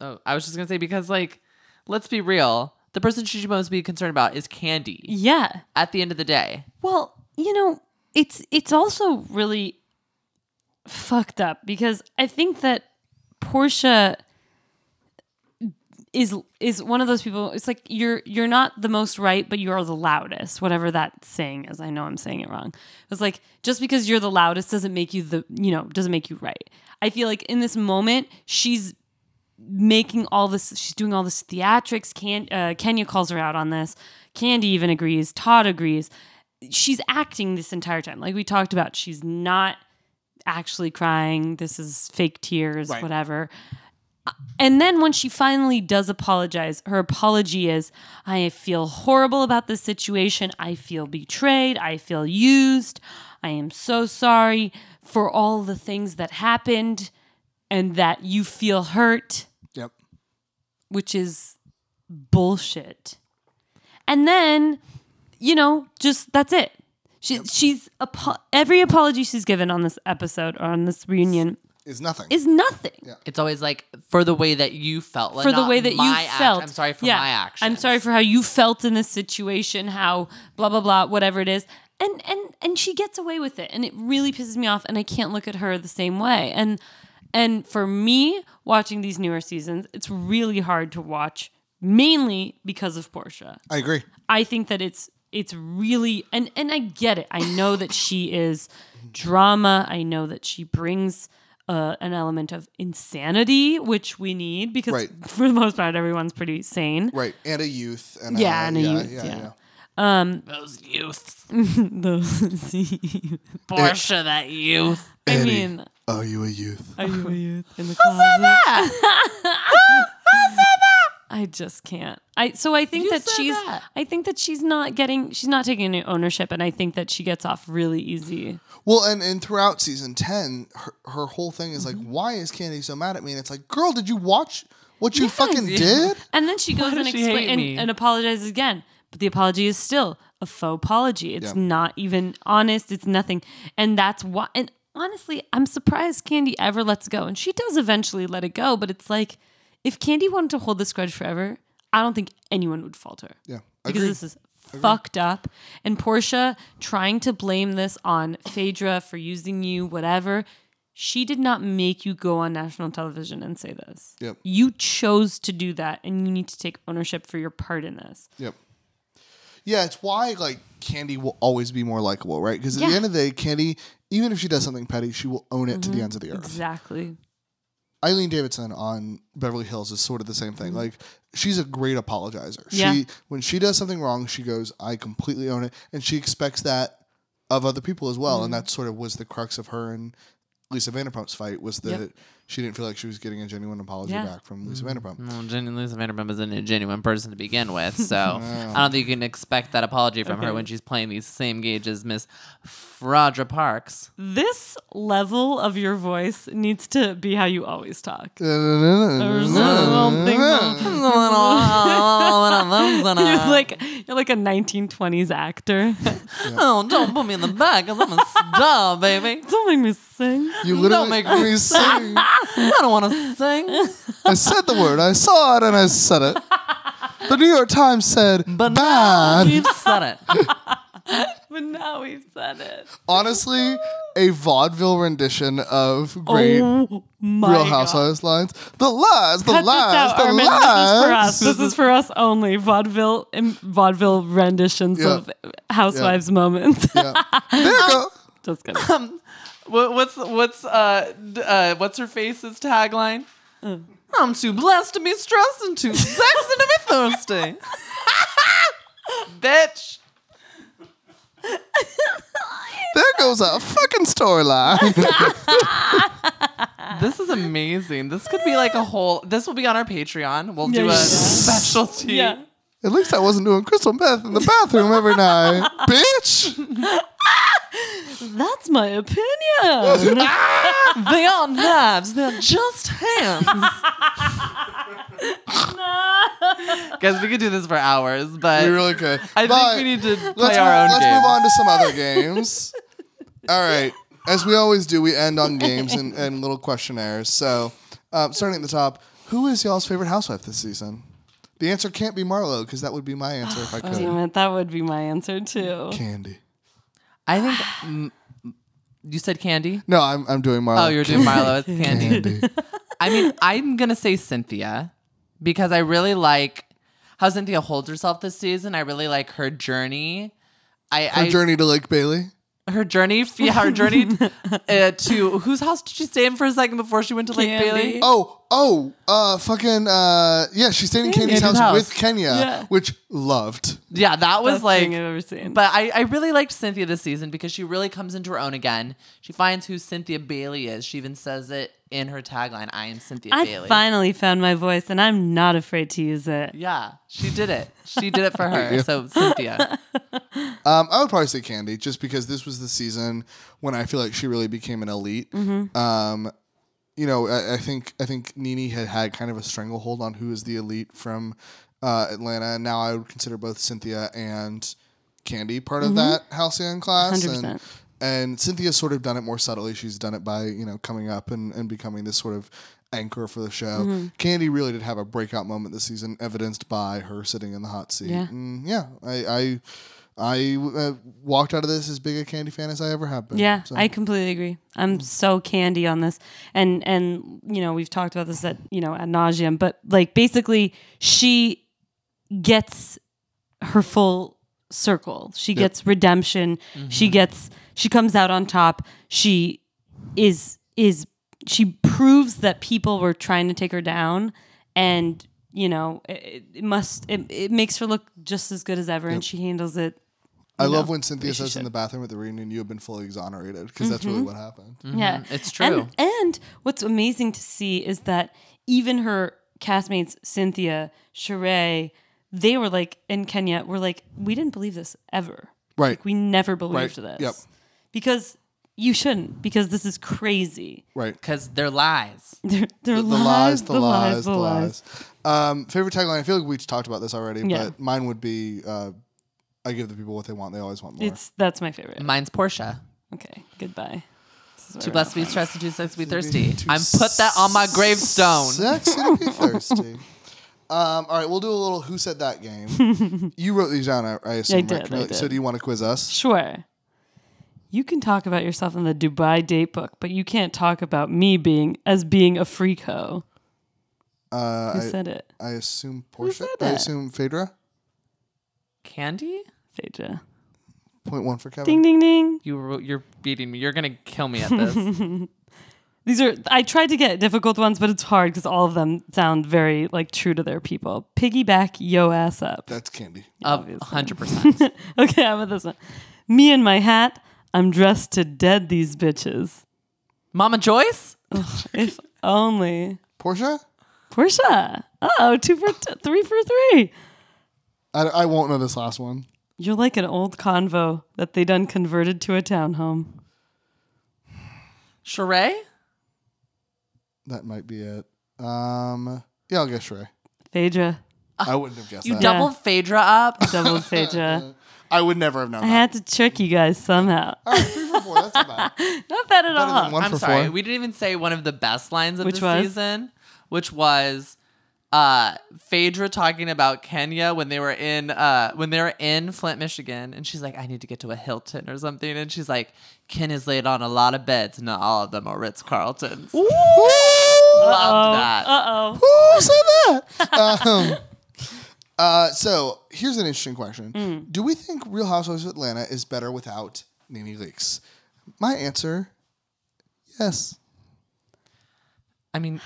Speaker 1: oh, I was just gonna say because like, let's be real. The person she should most be concerned about is Candy.
Speaker 2: Yeah.
Speaker 1: At the end of the day.
Speaker 2: Well, you know, it's it's also really fucked up because I think that Portia is is one of those people it's like you're you're not the most right but you are the loudest whatever that saying is i know i'm saying it wrong it's like just because you're the loudest doesn't make you the you know doesn't make you right i feel like in this moment she's making all this she's doing all this theatrics Can, uh, kenya calls her out on this candy even agrees todd agrees she's acting this entire time like we talked about she's not actually crying this is fake tears
Speaker 1: Right.
Speaker 2: whatever Uh, and then when she finally does apologize, her apology is I feel horrible about this situation. I feel betrayed. I feel used. I am so sorry for all the things that happened and that you feel hurt,
Speaker 3: Yep.
Speaker 2: which is bullshit. And then, you know, just that's it. She, She's apo- every apology she's given on this episode or on this reunion
Speaker 3: Is nothing.
Speaker 2: is nothing.
Speaker 1: It's always like for the way that you felt, like
Speaker 2: for the
Speaker 1: not
Speaker 2: way that you
Speaker 1: my act-
Speaker 2: felt.
Speaker 1: I'm sorry for
Speaker 2: Yeah.
Speaker 1: my action.
Speaker 2: I'm sorry for how you felt in this situation. How blah blah blah, whatever it is, and and and she gets away with it, and it really pisses me off. And I can't look at her the same way. And and for me, watching these newer seasons, it's really hard to watch, mainly because of Portia.
Speaker 3: I agree.
Speaker 2: I think that it's it's really and and I get it. I know that she is drama. I know that she brings uh, an element of insanity, which we need because
Speaker 3: Right.
Speaker 2: for the most part, everyone's pretty sane.
Speaker 3: Right. And a youth. And a-
Speaker 2: Yeah, and a youth, yeah.
Speaker 1: those youth,
Speaker 2: The-
Speaker 1: Portia, that youth.
Speaker 2: I
Speaker 3: Eddie.
Speaker 2: mean,
Speaker 3: Are you a youth?
Speaker 2: are you a youth in the closet? I just can't. I so I think
Speaker 1: You
Speaker 2: that
Speaker 1: said
Speaker 2: she's.
Speaker 1: that.
Speaker 2: I think that she's not getting. She's not taking any ownership, and I think that she gets off really easy.
Speaker 3: Well, and, and throughout season 10, her, her whole thing is like,
Speaker 2: Mm-hmm.
Speaker 3: why is Candy so mad at me? And it's like, girl, did you watch what you fucking did?
Speaker 2: And then she goes and
Speaker 1: does she hate
Speaker 2: explains
Speaker 1: me?
Speaker 2: and, and apologizes again. But the apology is still a faux apology. It's
Speaker 3: Yeah.
Speaker 2: not even honest. It's nothing. And that's why. And honestly, I'm surprised Candy ever lets go. And she does eventually let it go. But it's like, if Candy wanted to hold this grudge forever, I don't think anyone would falter.
Speaker 3: Yeah.
Speaker 2: Because
Speaker 3: Agreed.
Speaker 2: this is fucked up. And Portia trying to blame this on Phaedra for using you, whatever. She did not make you go on national television and say this.
Speaker 3: Yep.
Speaker 2: You chose to do that and you need to take ownership for your part in this.
Speaker 3: Yep. Yeah, it's why like Candy will always be more likable, right? Because at the
Speaker 2: Yeah.
Speaker 3: end of the day, Candy, even if she does something petty, she will own it to
Speaker 2: Mm-hmm.
Speaker 3: the ends of the earth.
Speaker 2: Exactly.
Speaker 3: Eileen Davidson on Beverly Hills is sort of the same thing. Like she's a great apologizer.
Speaker 2: Yeah.
Speaker 3: She when she does something wrong, she goes, "I completely own it," and she expects that of other people as well. And that sort of was the crux of her and Lisa Vanderpump's fight was that
Speaker 2: Yep.
Speaker 3: she didn't feel like she was getting a genuine apology
Speaker 2: Yeah.
Speaker 3: back from Lisa Vanderpump.
Speaker 1: Well, Jenny Lisa Vanderpump isn't a genuine person to begin with, so I don't think you can expect that apology from her when she's playing these same gauge as Miss Fraudra Parks.
Speaker 2: This level of your voice needs to be how you always talk. There's a little thing- You're
Speaker 1: like,
Speaker 2: like you're like a 1920s actor.
Speaker 1: oh, don't put me in the back, i I'm a star, baby.
Speaker 2: Don't make me sing.
Speaker 3: You literally
Speaker 1: Don't make
Speaker 3: me sing.
Speaker 1: I don't want to sing,
Speaker 3: I said the word. I saw it and I said it. The New York Times said
Speaker 1: but now
Speaker 3: bad.
Speaker 1: you've said it.
Speaker 2: But now we've said it.
Speaker 3: Honestly, a vaudeville rendition of great
Speaker 2: Oh my
Speaker 3: Real
Speaker 2: God.
Speaker 3: Housewives lines. The lies, the
Speaker 2: Cut this
Speaker 3: lies,
Speaker 2: out,
Speaker 3: the
Speaker 2: Armin.
Speaker 3: lies.
Speaker 2: This is for us. This is for us only. Vaudeville im- vaudeville renditions
Speaker 3: Yeah.
Speaker 2: of housewives moments.
Speaker 3: There you go.
Speaker 2: Just kidding. Um,
Speaker 1: What, what's what's uh, d- uh what's her face's tagline? I'm too blessed to be stressed and too sexy to be thirsty. Bitch.
Speaker 3: There goes our fucking storyline.
Speaker 1: This is amazing. This could be like a whole. This will be on our Patreon. We'll
Speaker 2: Yeah,
Speaker 1: do a
Speaker 2: yeah.
Speaker 1: specialty.
Speaker 2: yeah.
Speaker 3: At least I wasn't doing crystal meth in the bathroom every night, bitch.
Speaker 2: That's my opinion.
Speaker 1: They aren't knives. They're just hands. Guys, we could do this for hours, but
Speaker 3: We really could.
Speaker 1: I
Speaker 3: But
Speaker 1: think we need to play
Speaker 3: let's
Speaker 1: our
Speaker 3: move-
Speaker 1: own
Speaker 3: Let's
Speaker 1: games.
Speaker 3: move on to some other games. All right. As we always do, we end on games and, and little questionnaires. So, uh, starting at the top, who is y'all's favorite housewife this season? The answer can't be Marlo because that would be my answer if I could.
Speaker 2: Damn it, that would be my answer too.
Speaker 3: Candy.
Speaker 1: I think mm, you said candy.
Speaker 3: No, I'm, I'm doing Marlo.
Speaker 1: Oh, you're doing Marlo. It's candy.
Speaker 3: Candy.
Speaker 1: I mean, I'm gonna say Cynthia because I really like how Cynthia holds herself this season. I really like her journey. I,
Speaker 3: Her
Speaker 1: I
Speaker 3: journey to Lake Bailey.
Speaker 1: her journey, yeah, her journey uh, to whose house did she stay in for a second before she went to Lake
Speaker 2: Candy.
Speaker 1: Bailey?
Speaker 3: Oh, oh, uh, fucking, uh, yeah, she stayed in Candy's
Speaker 1: Candy's
Speaker 3: house,
Speaker 1: house.
Speaker 3: with Kenya,
Speaker 2: Yeah.
Speaker 3: which loved.
Speaker 1: Yeah, that was
Speaker 2: Best
Speaker 1: like
Speaker 2: thing I've ever seen.
Speaker 1: But I, I really liked Cynthia this season because she really comes into her own again. She finds who Cynthia Bailey is. She even says it in her tagline, I am Cynthia
Speaker 2: I
Speaker 1: Bailey.
Speaker 2: finally found my voice, and I'm not afraid to use it.
Speaker 1: yeah, she did it. She did it for her. so Cynthia.
Speaker 3: Um, I would probably say Candy, just because this was the season when I feel like she really became an elite. Um, you know, I, I think I think Nene had had kind of a stranglehold on who is the elite from uh, Atlanta, and now I would consider both Cynthia and Candy part of that halcyon class, and
Speaker 2: 100%.
Speaker 3: and Cynthia's sort of done it more subtly. She's done it by you know coming up and, and becoming this sort of anchor for the show. Candy really did have a breakout moment this season, evidenced by her sitting in the hot seat.
Speaker 2: Yeah.
Speaker 3: And yeah, I I, I uh, walked out of this as big a Candy fan as I ever have been.
Speaker 2: Yeah,
Speaker 3: So-
Speaker 2: I completely agree. I'm so candy on this, and and you know we've talked about this at you know at nauseum, but like basically she gets her full circle. She gets redemption. She gets she comes out on top. She is is she proves that people were trying to take her down, and you know it- it, it must it, it makes her look just as good as ever, and she handles it.
Speaker 3: I love when Cynthia says in the bathroom at the reunion, "You have been fully exonerated," because that's really what happened.
Speaker 2: Yeah,
Speaker 3: Mm-hmm.
Speaker 1: It's true.
Speaker 2: And, and what's amazing to see is that even her castmates, Cynthia, Sheree, they were like in Kenya were like, we didn't believe this ever.
Speaker 3: Right.
Speaker 2: Like we never believed
Speaker 3: Right.
Speaker 2: this.
Speaker 3: Yep.
Speaker 2: Because you shouldn't, because this is crazy.
Speaker 3: Right.
Speaker 1: Because they're lies.
Speaker 2: They're, they're
Speaker 3: The lies, the lies, the lies. Um, favorite tagline. I feel like we talked about this already,
Speaker 2: Yeah.
Speaker 3: but mine would be, uh, "I give the people what they want; they always want more."
Speaker 2: It's that's my favorite.
Speaker 1: Mine's Portia.
Speaker 3: Mm-hmm.
Speaker 2: Okay. Goodbye. This is where
Speaker 1: Too
Speaker 2: we're
Speaker 1: blessed
Speaker 2: at.
Speaker 1: to be stressed and too sex to be thirsty. I'm put that on my gravestone.
Speaker 3: Sexy to be thirsty. Um, all right, we'll do a little "Who Said That" game. you wrote these down, I, I assume.
Speaker 2: I
Speaker 3: right,
Speaker 2: did, I
Speaker 3: Camille? So,
Speaker 2: did.
Speaker 3: do you want to quiz us?
Speaker 2: Sure. You can talk about yourself in the Dubai date book, but you can't talk about me being as being a freak hoe.
Speaker 3: Uh,
Speaker 2: Who
Speaker 3: I,
Speaker 2: said it?
Speaker 3: I assume Portia.
Speaker 2: said
Speaker 3: I
Speaker 2: it?
Speaker 3: assume Phaedra.
Speaker 1: Candy?
Speaker 2: Phaedra.
Speaker 3: Point one for Kevin.
Speaker 2: Ding ding ding.
Speaker 1: You, wrote- you're beating me. You're going to kill me at this.
Speaker 2: These are I tried to get difficult ones, but it's hard because all of them sound very like true to their people. Piggyback yo ass up.
Speaker 3: That's Candy.
Speaker 1: Of 100%.
Speaker 2: okay, I'm with this one. Me and my hat. I'm dressed to dead these bitches.
Speaker 1: Mama Joyce?
Speaker 2: If only.
Speaker 3: Portia.
Speaker 2: Portia. Oh, two for t- three for three.
Speaker 3: I, I won't know this last one.
Speaker 2: You're like an old convo that they done converted to a townhome.
Speaker 1: Sheree?
Speaker 3: That might be it. Um, yeah, I'll guess Shrey.
Speaker 2: Phaedra.
Speaker 3: I wouldn't have guessed
Speaker 1: You
Speaker 3: that.
Speaker 1: doubled Phaedra up?
Speaker 2: Double Phaedra.
Speaker 3: I would never have known.
Speaker 2: I had
Speaker 3: that.
Speaker 2: to trick you guys somehow.
Speaker 3: All right, three for four. That's not bad.
Speaker 2: Not bad at
Speaker 3: Better than
Speaker 2: all.
Speaker 3: one
Speaker 1: I'm
Speaker 3: for
Speaker 1: sorry.
Speaker 3: four.
Speaker 1: We didn't even say one of the best lines of
Speaker 2: Which
Speaker 1: the
Speaker 2: was?
Speaker 1: season, which was uh Phaedra talking about Kenya when they were in uh when they were in Flint, Michigan, and she's like, I need to get to a Hilton or something. And she's like, Ken has laid on a lot of beds, not all of them are Ritz Carltons. Loved that.
Speaker 2: Uh oh.
Speaker 3: Who said that? um, uh, so here's an interesting question:
Speaker 2: Hmm.
Speaker 3: Do we think Real Housewives of Atlanta is better without Nene Leakes? My answer: Yes.
Speaker 1: I mean,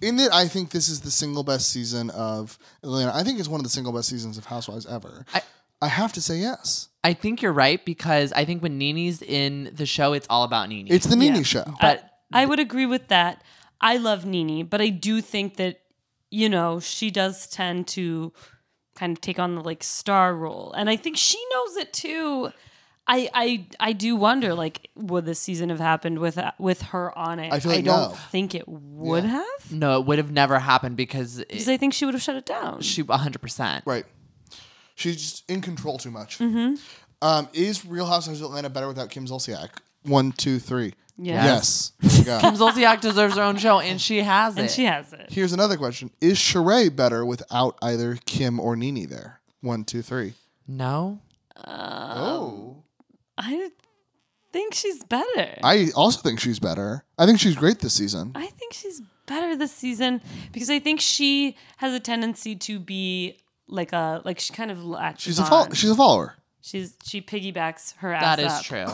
Speaker 3: In that, I think this is the single best season of Atlanta. I think it's one of the single best seasons of Housewives ever. I,
Speaker 1: I-
Speaker 3: have to say yes.
Speaker 1: I think you're right because I think when Nene's in the show, it's all about Nene.
Speaker 3: It's the Nene
Speaker 2: Yeah.
Speaker 3: show.
Speaker 1: but
Speaker 2: I would agree with that. I love Nini, but I do think that, you know, she does tend to kind of take on the like star role. And I think she knows it too. I I I do wonder like would this season have happened with with her on it?
Speaker 3: I feel like
Speaker 2: don't
Speaker 3: no.
Speaker 2: think it would have.
Speaker 1: no, it would have never happened because it,
Speaker 2: Because I think she would have shut it down.
Speaker 1: she 100%.
Speaker 3: Right. She's just in control too much.
Speaker 2: Mm-hmm.
Speaker 3: Um, is Real Housewives of Atlanta better without Kim Zolciak? One, two, three.
Speaker 2: Yes.
Speaker 3: Yes. There you go.
Speaker 1: Kim Zolciak deserves her own show, and she has it.
Speaker 2: and she has it.
Speaker 3: Here's another question: Is Sheree better without either Kim or Nini there? One, two, three.
Speaker 1: no.
Speaker 3: oh,
Speaker 2: I think she's better.
Speaker 3: I also think she's better. I think she's great this season.
Speaker 2: I think she's better this season because I think she has a tendency to be like a like she kind of latches
Speaker 3: She's a
Speaker 2: on.
Speaker 3: fol- she's a follower.
Speaker 2: She's she piggybacks her ass
Speaker 1: That is
Speaker 2: up,
Speaker 1: true.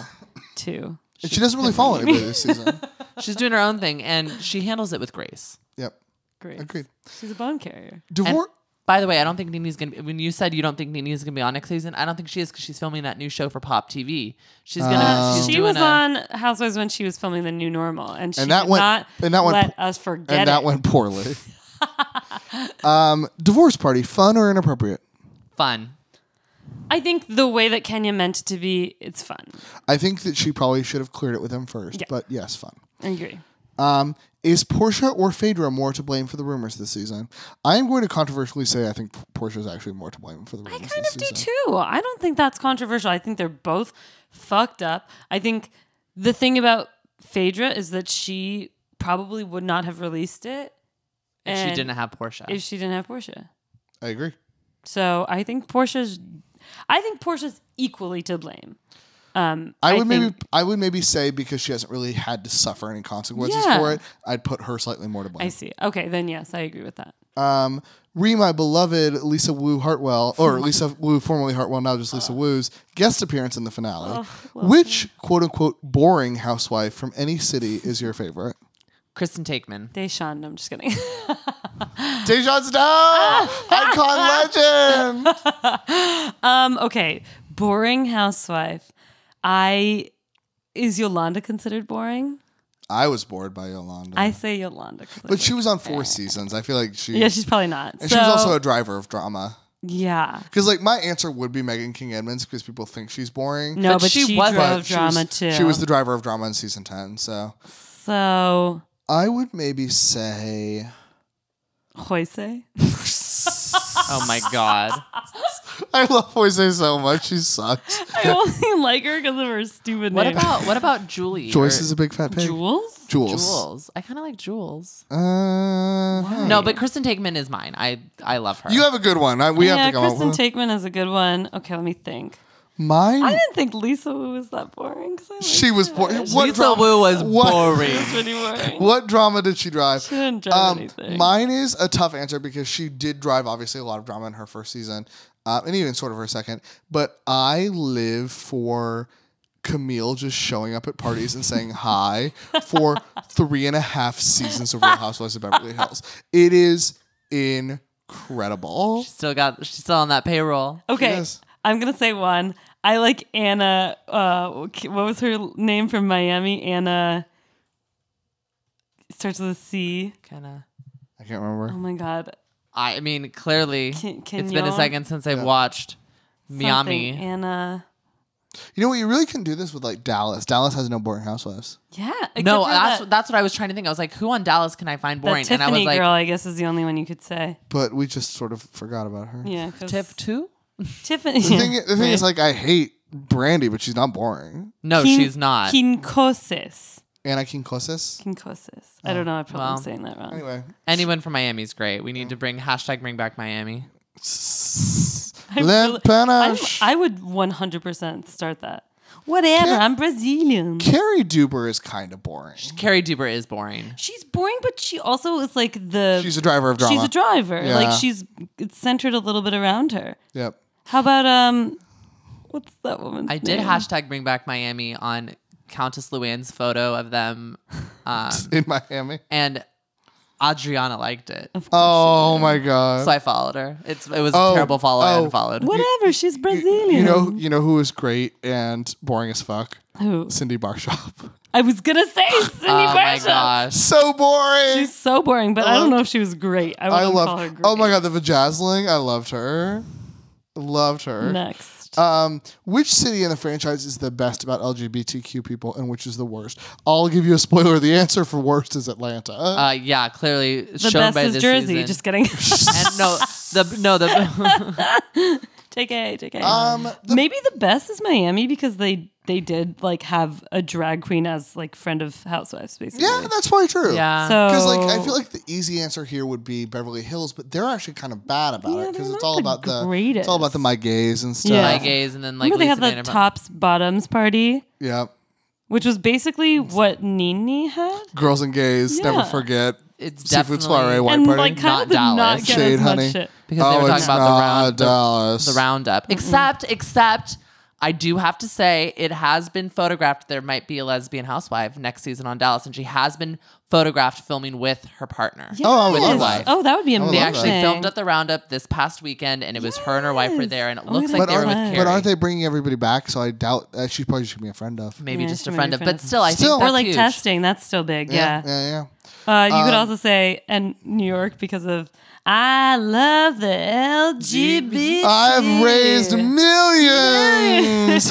Speaker 2: too.
Speaker 3: And she doesn't really follow anybody this season.
Speaker 1: She's doing her own thing and she handles it with grace.
Speaker 3: Yep.
Speaker 2: Great.
Speaker 3: Agreed.
Speaker 2: She's a bone carrier.
Speaker 1: And
Speaker 3: Divorce.
Speaker 1: by the way, I don't think Nini's gonna. Be, when you said you don't think Nini's gonna be on next season, I don't think she is because she's filming that new show for Pop TV. She's
Speaker 3: Uh,
Speaker 1: gonna.
Speaker 3: Oh.
Speaker 1: she's
Speaker 2: Uh, she
Speaker 1: doing
Speaker 2: was
Speaker 1: a-
Speaker 2: on Housewives when she was filming the new normal, and she
Speaker 3: And that
Speaker 2: did
Speaker 3: went-
Speaker 2: not
Speaker 3: and that went
Speaker 2: let
Speaker 3: po-
Speaker 2: us forget
Speaker 3: And that
Speaker 2: it.
Speaker 3: went poorly. um, divorce party, fun or inappropriate?
Speaker 1: fun.
Speaker 2: I think the way that Kenya meant it to be, it's fun.
Speaker 3: I think that she probably should have cleared it with him first,
Speaker 2: Yeah.
Speaker 3: but yes, fun.
Speaker 2: I agree.
Speaker 3: Um, is Portia or Phaedra more to blame for the rumors this season? I am going to controversially say I think P- Portia is actually more to blame for the rumors
Speaker 2: I kind
Speaker 3: this
Speaker 2: of do
Speaker 3: season.
Speaker 2: too. I don't think that's controversial. I think they're both fucked up. I think the thing about Phaedra is that she probably would not have released it
Speaker 1: If she
Speaker 2: And
Speaker 1: didn't have Portia.
Speaker 2: if she didn't have Portia.
Speaker 3: I agree.
Speaker 2: So I think Portia's, I think Portia's equally to blame. Um,
Speaker 3: I would maybe
Speaker 2: think,
Speaker 3: I would maybe say because she hasn't really had to suffer any consequences
Speaker 2: Yeah.
Speaker 3: for it, I'd put her slightly more to blame.
Speaker 2: I see. Okay, then yes, I agree with that.
Speaker 3: Um, Re, my beloved Lisa Wu Hartwell, or Lisa Wu, formerly Hartwell, now just Lisa Wu's guest appearance in the finale. Which quote unquote boring housewife from any city is your favorite?
Speaker 1: Kristen Takeman.
Speaker 2: Deshawn, I'm just kidding.
Speaker 3: Dejan Snow, icon legend.
Speaker 2: um, okay, boring housewife. I is Yolanda considered boring?
Speaker 3: I was bored by Yolanda,
Speaker 2: I say Yolanda.
Speaker 3: but she was on four seasons. I feel like she,
Speaker 2: Yeah, she's probably not.
Speaker 3: and
Speaker 2: so,
Speaker 3: she was also a driver of drama.
Speaker 2: yeah.
Speaker 3: Because like my answer would be Megan King Edmonds because people think she's boring.
Speaker 2: No,
Speaker 1: But
Speaker 2: but,
Speaker 1: she
Speaker 2: she,
Speaker 1: wasn't.
Speaker 2: drove
Speaker 3: But she was-
Speaker 2: drama too.
Speaker 3: She was the driver of drama in season ten. So
Speaker 2: so
Speaker 3: I would maybe say.
Speaker 2: Hoise.
Speaker 1: Oh my god.
Speaker 3: I love Jose so much. She sucks.
Speaker 2: I only like her because of her stupid
Speaker 1: What
Speaker 2: name.
Speaker 1: about what about Julie?
Speaker 3: Joyce
Speaker 1: or
Speaker 3: is a big fat pig.
Speaker 2: Jules?
Speaker 3: Jules.
Speaker 1: Jules. I kind of like Jules.
Speaker 3: Uh, huh.
Speaker 1: No, but Kristen Takeman is mine. I I love her.
Speaker 3: You have a good one. I, we have
Speaker 2: yeah,
Speaker 3: to come
Speaker 2: Kristen
Speaker 3: up with
Speaker 2: Takeman is a good one. Okay, let me think.
Speaker 3: mine.
Speaker 2: I didn't think Lisa Wu was that boring. 'cause I liked
Speaker 3: she was
Speaker 2: her.
Speaker 3: boring. What
Speaker 1: Lisa
Speaker 3: drama?
Speaker 1: Wu was
Speaker 3: What?
Speaker 1: boring.
Speaker 2: She was pretty boring.
Speaker 3: What drama did she drive?
Speaker 2: She didn't drive anything.
Speaker 3: Um, mine is a tough answer because she did drive obviously a lot of drama in her first season, uh, and even sort of her second. But I live for Camille just showing up at parties and saying hi for three and a half seasons of Real Housewives of Beverly Hills. It is incredible.
Speaker 1: Still got. She's still on that payroll.
Speaker 2: Okay,
Speaker 3: Yes.
Speaker 2: I'm gonna say one. I like Anna. Uh, what was her name from Miami? Anna starts with a C.
Speaker 1: Kind of.
Speaker 3: I can't remember.
Speaker 2: Oh my god,
Speaker 1: I mean, clearly,
Speaker 2: Can- can
Speaker 1: it's been a
Speaker 2: y'all-
Speaker 1: second since I've watched Miami.
Speaker 2: Something Anna.
Speaker 3: You know what? You really can do this with like Dallas. Dallas has no boring housewives.
Speaker 2: Yeah. except
Speaker 1: No,
Speaker 2: for
Speaker 1: that's
Speaker 2: that,
Speaker 1: that's what I was trying to think. I was like, who on Dallas can I find
Speaker 2: that
Speaker 1: boring? And I
Speaker 2: Tiffany
Speaker 1: was like,
Speaker 2: girl, I guess, is the only one you could say.
Speaker 3: But we just sort of forgot about her.
Speaker 2: Yeah, 'cause
Speaker 1: Tiff two?
Speaker 2: Tiffany.
Speaker 3: The thing, the thing is, like, I hate Brandy, but she's not boring.
Speaker 1: No, she's not.
Speaker 2: Kinkoses.
Speaker 3: Anna King Cosses.
Speaker 2: Kinkoses. I don't know. I probably
Speaker 1: Oh, well.
Speaker 2: am saying that wrong.
Speaker 3: Anyway,
Speaker 1: Anyone from Miami's great. We need to bring hashtag bring back Miami.
Speaker 2: I'm
Speaker 3: Len
Speaker 2: really- I'm-
Speaker 3: Panache.
Speaker 2: I would 100% start that. Whatever.
Speaker 3: Can't-
Speaker 2: I'm Brazilian.
Speaker 3: Carrie Duber is kind of boring.
Speaker 1: Carrie Duber is boring.
Speaker 2: She's boring, but she also is like the.
Speaker 3: She's a driver of drama.
Speaker 2: she's a driver.
Speaker 3: Yeah.
Speaker 2: Like she's it's centered a little bit around her.
Speaker 3: Yep.
Speaker 2: How about um, what's that woman's
Speaker 1: I did
Speaker 2: name?
Speaker 1: hashtag bring back Miami on Countess Luann's photo of them, um,
Speaker 3: In Miami.
Speaker 1: and Adriana liked it,
Speaker 3: Oh my god.
Speaker 1: so I followed her. It's it was
Speaker 3: Oh,
Speaker 1: a terrible follow.
Speaker 3: oh.
Speaker 1: I unfollowed.
Speaker 2: Whatever. She's Brazilian.
Speaker 3: you know, you know who is great and boring as fuck?
Speaker 2: Who?
Speaker 3: Cindy Barshop.
Speaker 2: I was gonna say Cindy
Speaker 1: Oh my
Speaker 2: Bradshaw.
Speaker 1: gosh!
Speaker 3: so boring.
Speaker 2: She's so boring, but I don't know if she was great. I,
Speaker 3: I
Speaker 2: wouldn't call her
Speaker 3: love.
Speaker 2: great.
Speaker 3: Oh my god, the vajazzling. I loved her. Loved her.
Speaker 2: Next.
Speaker 3: Um, which city in the franchise is the best about LGBTQ people, and which is the worst? I'll give you a spoiler. The answer for worst is Atlanta.
Speaker 1: Uh, yeah, clearly
Speaker 2: the
Speaker 1: shown
Speaker 2: best
Speaker 1: by
Speaker 2: is
Speaker 1: this
Speaker 2: Jersey.
Speaker 1: season.
Speaker 2: Just kidding.
Speaker 1: and no, the no the
Speaker 2: take a take a.
Speaker 3: um,
Speaker 2: Maybe the best is Miami because they they did like have a drag queen as like friend of housewives basically.
Speaker 3: yeah, that's probably true.
Speaker 1: yeah.
Speaker 2: So
Speaker 3: Because like I feel like the easy answer here would be Beverly Hills, but they're actually kind of bad about
Speaker 2: Yeah,
Speaker 3: it because
Speaker 2: they're
Speaker 3: it's
Speaker 2: not
Speaker 3: all
Speaker 2: the
Speaker 3: about the it's
Speaker 2: greatest.
Speaker 3: all about the my gays and stuff.
Speaker 1: my
Speaker 2: Yeah.
Speaker 1: gays, and then like
Speaker 2: remember they had
Speaker 1: Lisa
Speaker 2: the
Speaker 1: Vanderpump.
Speaker 2: tops bottoms party,
Speaker 3: Yeah.
Speaker 2: which was basically what Nini had,
Speaker 3: girls and gays never
Speaker 2: Yeah.
Speaker 3: forget.
Speaker 1: It's
Speaker 3: seafood
Speaker 1: definitely-
Speaker 3: soiree white
Speaker 2: and
Speaker 3: party.
Speaker 2: like kind
Speaker 1: Not
Speaker 2: of did
Speaker 1: Dallas.
Speaker 2: not get
Speaker 3: Shade,
Speaker 2: as much
Speaker 3: honey.
Speaker 2: shit.
Speaker 1: because they
Speaker 3: Oh,
Speaker 1: were talking
Speaker 3: it's
Speaker 1: about the
Speaker 3: not
Speaker 1: round, the,
Speaker 3: Dallas.
Speaker 1: the roundup. Except, except I do have to say it has been photographed. There might be a lesbian housewife next season on Dallas, and she has been photographed filming with her partner.
Speaker 3: Oh, I would love
Speaker 1: Yes.
Speaker 3: that.
Speaker 2: Oh, that would be
Speaker 3: would
Speaker 2: amazing.
Speaker 1: They
Speaker 3: love
Speaker 1: actually filmed at the roundup this past weekend, and it was her and her wife were
Speaker 2: Yes.
Speaker 1: there, and it
Speaker 2: Oh my
Speaker 1: looks
Speaker 2: God,
Speaker 1: like
Speaker 3: But
Speaker 1: they were
Speaker 3: aren't,
Speaker 1: with
Speaker 2: Carrie.
Speaker 3: but aren't
Speaker 1: Carrie.
Speaker 3: they bringing everybody back? So I doubt uh, she probably should be a friend of.
Speaker 1: Maybe
Speaker 2: Yeah,
Speaker 1: just
Speaker 2: she
Speaker 1: a
Speaker 2: might be
Speaker 1: friend of,
Speaker 2: friend
Speaker 1: but
Speaker 2: of.
Speaker 1: still, I
Speaker 3: Still.
Speaker 1: think
Speaker 2: Or
Speaker 1: that's
Speaker 2: like
Speaker 1: huge.
Speaker 2: testing. That's still big. Yeah.
Speaker 3: yeah, yeah.
Speaker 2: Uh, you
Speaker 3: Um,
Speaker 2: could also say, and New York because of I love the LGBT.
Speaker 3: I've raised millions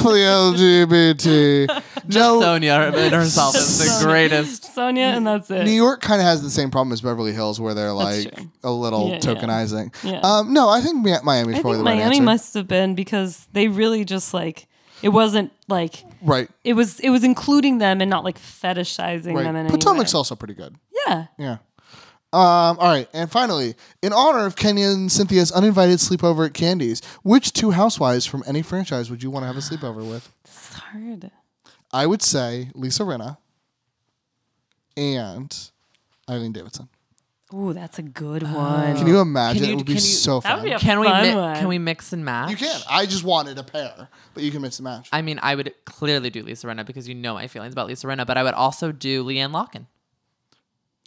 Speaker 3: for the LGBT. no,
Speaker 1: Sonia in herself is the greatest.
Speaker 2: Sonia, and that's it.
Speaker 3: New York kind of has the same problem as Beverly Hills, where they're like
Speaker 2: true.
Speaker 3: a little
Speaker 2: Yeah, yeah.
Speaker 3: tokenizing.
Speaker 2: Yeah.
Speaker 3: Um, no, I think Mi- Miami's
Speaker 2: I
Speaker 3: probably
Speaker 2: think
Speaker 3: the right
Speaker 2: Miami
Speaker 3: answer.
Speaker 2: must have been because they really just like it wasn't like
Speaker 3: right,
Speaker 2: it was it was including them and not like fetishizing them. In
Speaker 3: right. Potomac's also pretty good.
Speaker 2: any way. yeah.
Speaker 3: Yeah. Um, all right, and finally, in honor of Kenya and Cynthia's uninvited sleepover at Candy's, which two housewives from any franchise would you want to have a sleepover with?
Speaker 2: It's hard.
Speaker 3: I would say Lisa Rinna and Eileen Davidson.
Speaker 2: Ooh, that's a good one.
Speaker 3: Uh, Can you imagine?
Speaker 1: you-
Speaker 3: it would be
Speaker 1: can you-
Speaker 3: so
Speaker 2: that
Speaker 3: fun.
Speaker 2: would be a
Speaker 1: Can we
Speaker 2: fun
Speaker 1: mi-
Speaker 2: one.
Speaker 1: can we mix and match?
Speaker 3: you can. I just wanted a pair, but you can mix and match.
Speaker 1: I mean, I would clearly do Lisa Renna because you know my feelings about Lisa Renna, but I would also do Leanne Locken.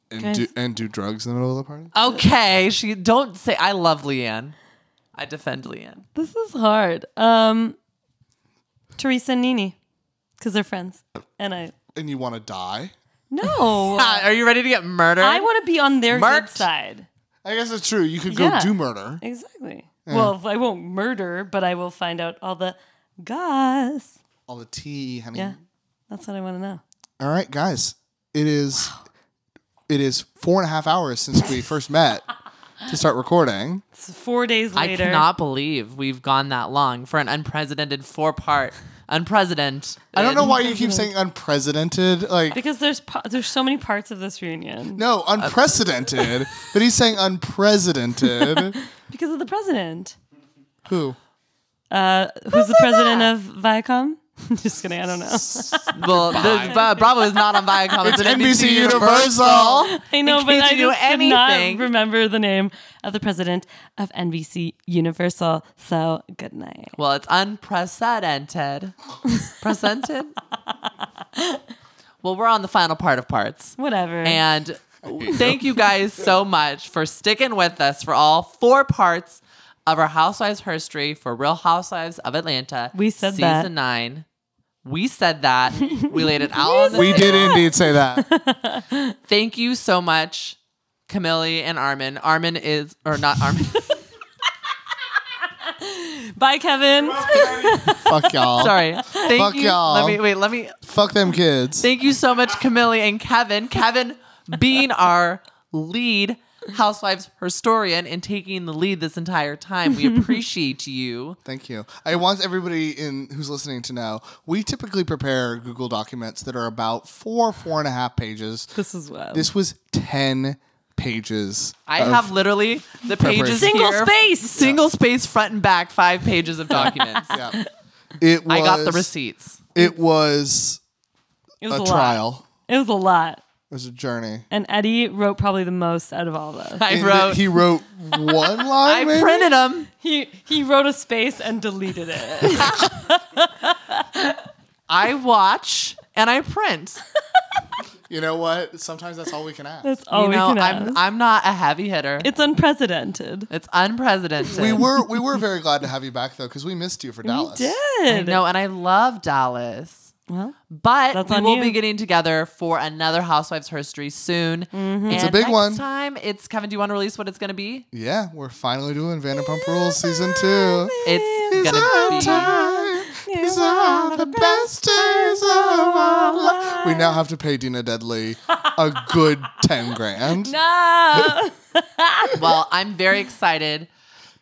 Speaker 3: and,
Speaker 2: Guys.
Speaker 3: do, and do drugs in the middle of the party?
Speaker 1: Okay, she don't say I love Leanne. I defend Leanne.
Speaker 2: This is hard. Um, Teresa and Nini, because they're friends, and I
Speaker 3: And you want to die?
Speaker 2: no,
Speaker 1: Ah, are you ready to get murdered?
Speaker 2: I want to be on their
Speaker 1: Marked.
Speaker 2: good side.
Speaker 3: I guess it's true. You could go
Speaker 2: Yeah.
Speaker 3: do murder.
Speaker 2: Exactly. Well, I won't murder, but I will find out all the goss.
Speaker 3: All the tea, honey.
Speaker 2: Yeah, that's what I want to know.
Speaker 3: All right, guys. It is it is four and a half hours since we first met to start recording.
Speaker 2: It's four days
Speaker 1: I
Speaker 2: later.
Speaker 1: cannot believe we've gone that long for an unprecedented four part unprecedented.
Speaker 3: I don't know why you keep saying unprecedented. Like
Speaker 2: because there's po- there's so many parts of this reunion
Speaker 3: no, unprecedented. but he's saying unprecedented.
Speaker 2: because of the president.
Speaker 3: Who?
Speaker 2: Uh, who's the president of Viacom? Just kidding. I don't know.
Speaker 1: uh, Well, the, Bra- Bravo is not on Viacom. It's, an
Speaker 3: NBC Universal.
Speaker 2: I know,
Speaker 1: In
Speaker 2: but
Speaker 1: case
Speaker 2: I
Speaker 1: you knew
Speaker 2: just did not
Speaker 1: anything.
Speaker 2: remember the name of the president of NBC Universal. So good night.
Speaker 1: Well, it's unprecedented. Presented? well, we're on the final part of parts.
Speaker 2: Whatever.
Speaker 1: And thank you guys so much for sticking with us for all four parts of our Housewives history for Real Housewives of Atlanta.
Speaker 2: We said
Speaker 1: season
Speaker 2: that.
Speaker 1: nine. We said that. We laid it out. on the
Speaker 3: We did indeed say that.
Speaker 1: Thank you so much, Camille and Armin. Armin is or not Armin.
Speaker 2: Bye, Kevin.
Speaker 3: Fuck y'all.
Speaker 1: Sorry. Thank
Speaker 3: Fuck
Speaker 1: you.
Speaker 3: y'all.
Speaker 1: Let me wait. Let me
Speaker 3: Fuck them kids.
Speaker 1: Thank you so much, Camille and Kevin. Kevin being our lead housewives historian and taking the lead this entire time. We appreciate you.
Speaker 3: Thank you. I want everybody in who's listening to know we typically prepare Google documents that are about four, four and a half pages.
Speaker 2: This is wild.
Speaker 3: This was ten pages.
Speaker 1: I
Speaker 3: of-
Speaker 1: have literally the pages
Speaker 2: Single
Speaker 1: here,
Speaker 2: space.
Speaker 1: single space front and back, five pages of documents.
Speaker 3: Yeah. It was,
Speaker 1: I got the receipts.
Speaker 3: It was
Speaker 2: It
Speaker 3: a,
Speaker 2: was a, lot.
Speaker 3: trial.
Speaker 2: It was a lot.
Speaker 3: It was a journey.
Speaker 2: And Eddie wrote probably the most out of all of us.
Speaker 1: I
Speaker 3: And
Speaker 1: wrote.
Speaker 3: he wrote one line.
Speaker 1: I
Speaker 3: maybe?
Speaker 1: printed them.
Speaker 2: He he wrote a space and deleted it.
Speaker 1: I watch and I print.
Speaker 3: You know what? Sometimes that's all we can ask.
Speaker 2: That's all
Speaker 1: you
Speaker 2: Oh, we
Speaker 1: know,
Speaker 2: can ask.
Speaker 1: I'm I'm not a heavy hitter.
Speaker 2: it's unprecedented.
Speaker 1: It's unprecedented.
Speaker 3: we were we were very glad to have you back though because we missed you for Dallas.
Speaker 2: We
Speaker 1: I
Speaker 2: did.
Speaker 1: know, and I love Dallas.
Speaker 2: Well,
Speaker 1: But
Speaker 2: That's
Speaker 1: we
Speaker 2: on
Speaker 1: will
Speaker 2: you.
Speaker 1: be getting together for another Housewives History soon.
Speaker 2: Mm-hmm.
Speaker 1: It's
Speaker 3: a big
Speaker 1: next
Speaker 3: one.
Speaker 1: Time it's Kevin. Do you want to release what it's going to be?
Speaker 3: Yeah, we're finally doing Vanderpump Rules season two.
Speaker 1: It's going to be.
Speaker 3: These are the best days of our life. We now have to pay Dina Deadly a good 10 grand.
Speaker 2: no.
Speaker 1: Well, I'm very excited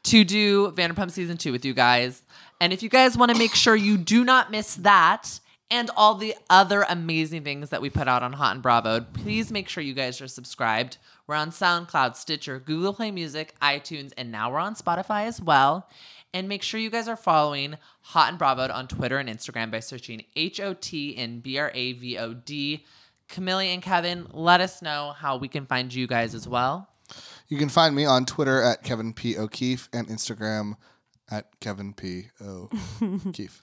Speaker 1: to do Vanderpump season two with you guys. And if you guys want to make sure you do not miss that and all the other amazing things that we put out on Hot and Bravo, please make sure you guys are subscribed. We're on SoundCloud, Stitcher, Google Play Music, iTunes, and now we're on Spotify as well. And make sure you guys are following Hot and Bravo on Twitter and Instagram by searching H O T and B R A V O D. Camille and Kevin, let us know how we can find you guys as well.
Speaker 3: You can find me on Twitter at Kevin P. O'Keefe and Instagram at Kevin P. O'Keefe.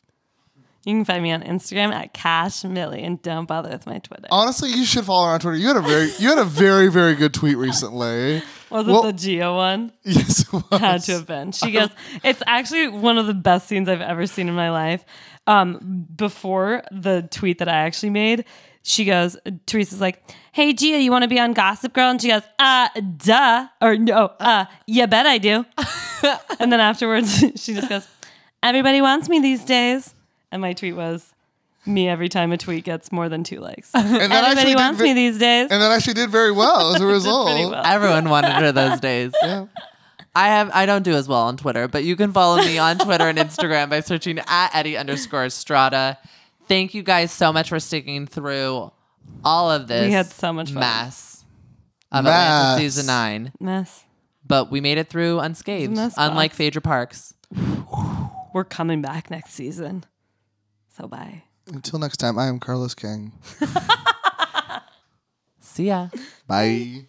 Speaker 2: You can find me on Instagram at Cash Millie and don't bother with my Twitter.
Speaker 1: Oh,
Speaker 3: Honestly, you should follow her on Twitter. You had a very, you had a very, very good tweet recently.
Speaker 2: Was it
Speaker 3: well-
Speaker 2: the Geo one?
Speaker 3: Yes, it was.
Speaker 2: Had to have been. She goes, it's actually one of the best scenes I've ever seen in my life. Um, before the tweet that I actually made, she goes, Teresa's like, Hey Gia, you want to be on Gossip Girl? And she goes, Uh, duh. Or no, uh, you bet I do. and then afterwards, she just goes, Everybody wants me these days. And my tweet was, Me every time a tweet gets more than two likes.
Speaker 3: and that actually
Speaker 2: Everybody
Speaker 3: did
Speaker 2: wants
Speaker 3: ve-
Speaker 2: me these days.
Speaker 3: And that actually did very well as a result.
Speaker 2: Pretty well.
Speaker 1: Everyone wanted her those days.
Speaker 3: Yeah.
Speaker 1: I have I don't do as well on Twitter, but you can follow me on Twitter and Instagram by searching at Eddie underscore Strada. Thank you guys so much for sticking through all of this.
Speaker 2: We had so much fun.
Speaker 1: mess of
Speaker 3: Mess.
Speaker 1: Atlanta season nine,
Speaker 2: Mess.
Speaker 1: but we made it through unscathed,
Speaker 2: Mess
Speaker 1: unlike
Speaker 2: box.
Speaker 1: Phaedra Parks.
Speaker 2: We're coming back next season. So bye.
Speaker 3: Until next time, I am Carlos King.
Speaker 1: See ya.
Speaker 3: Bye.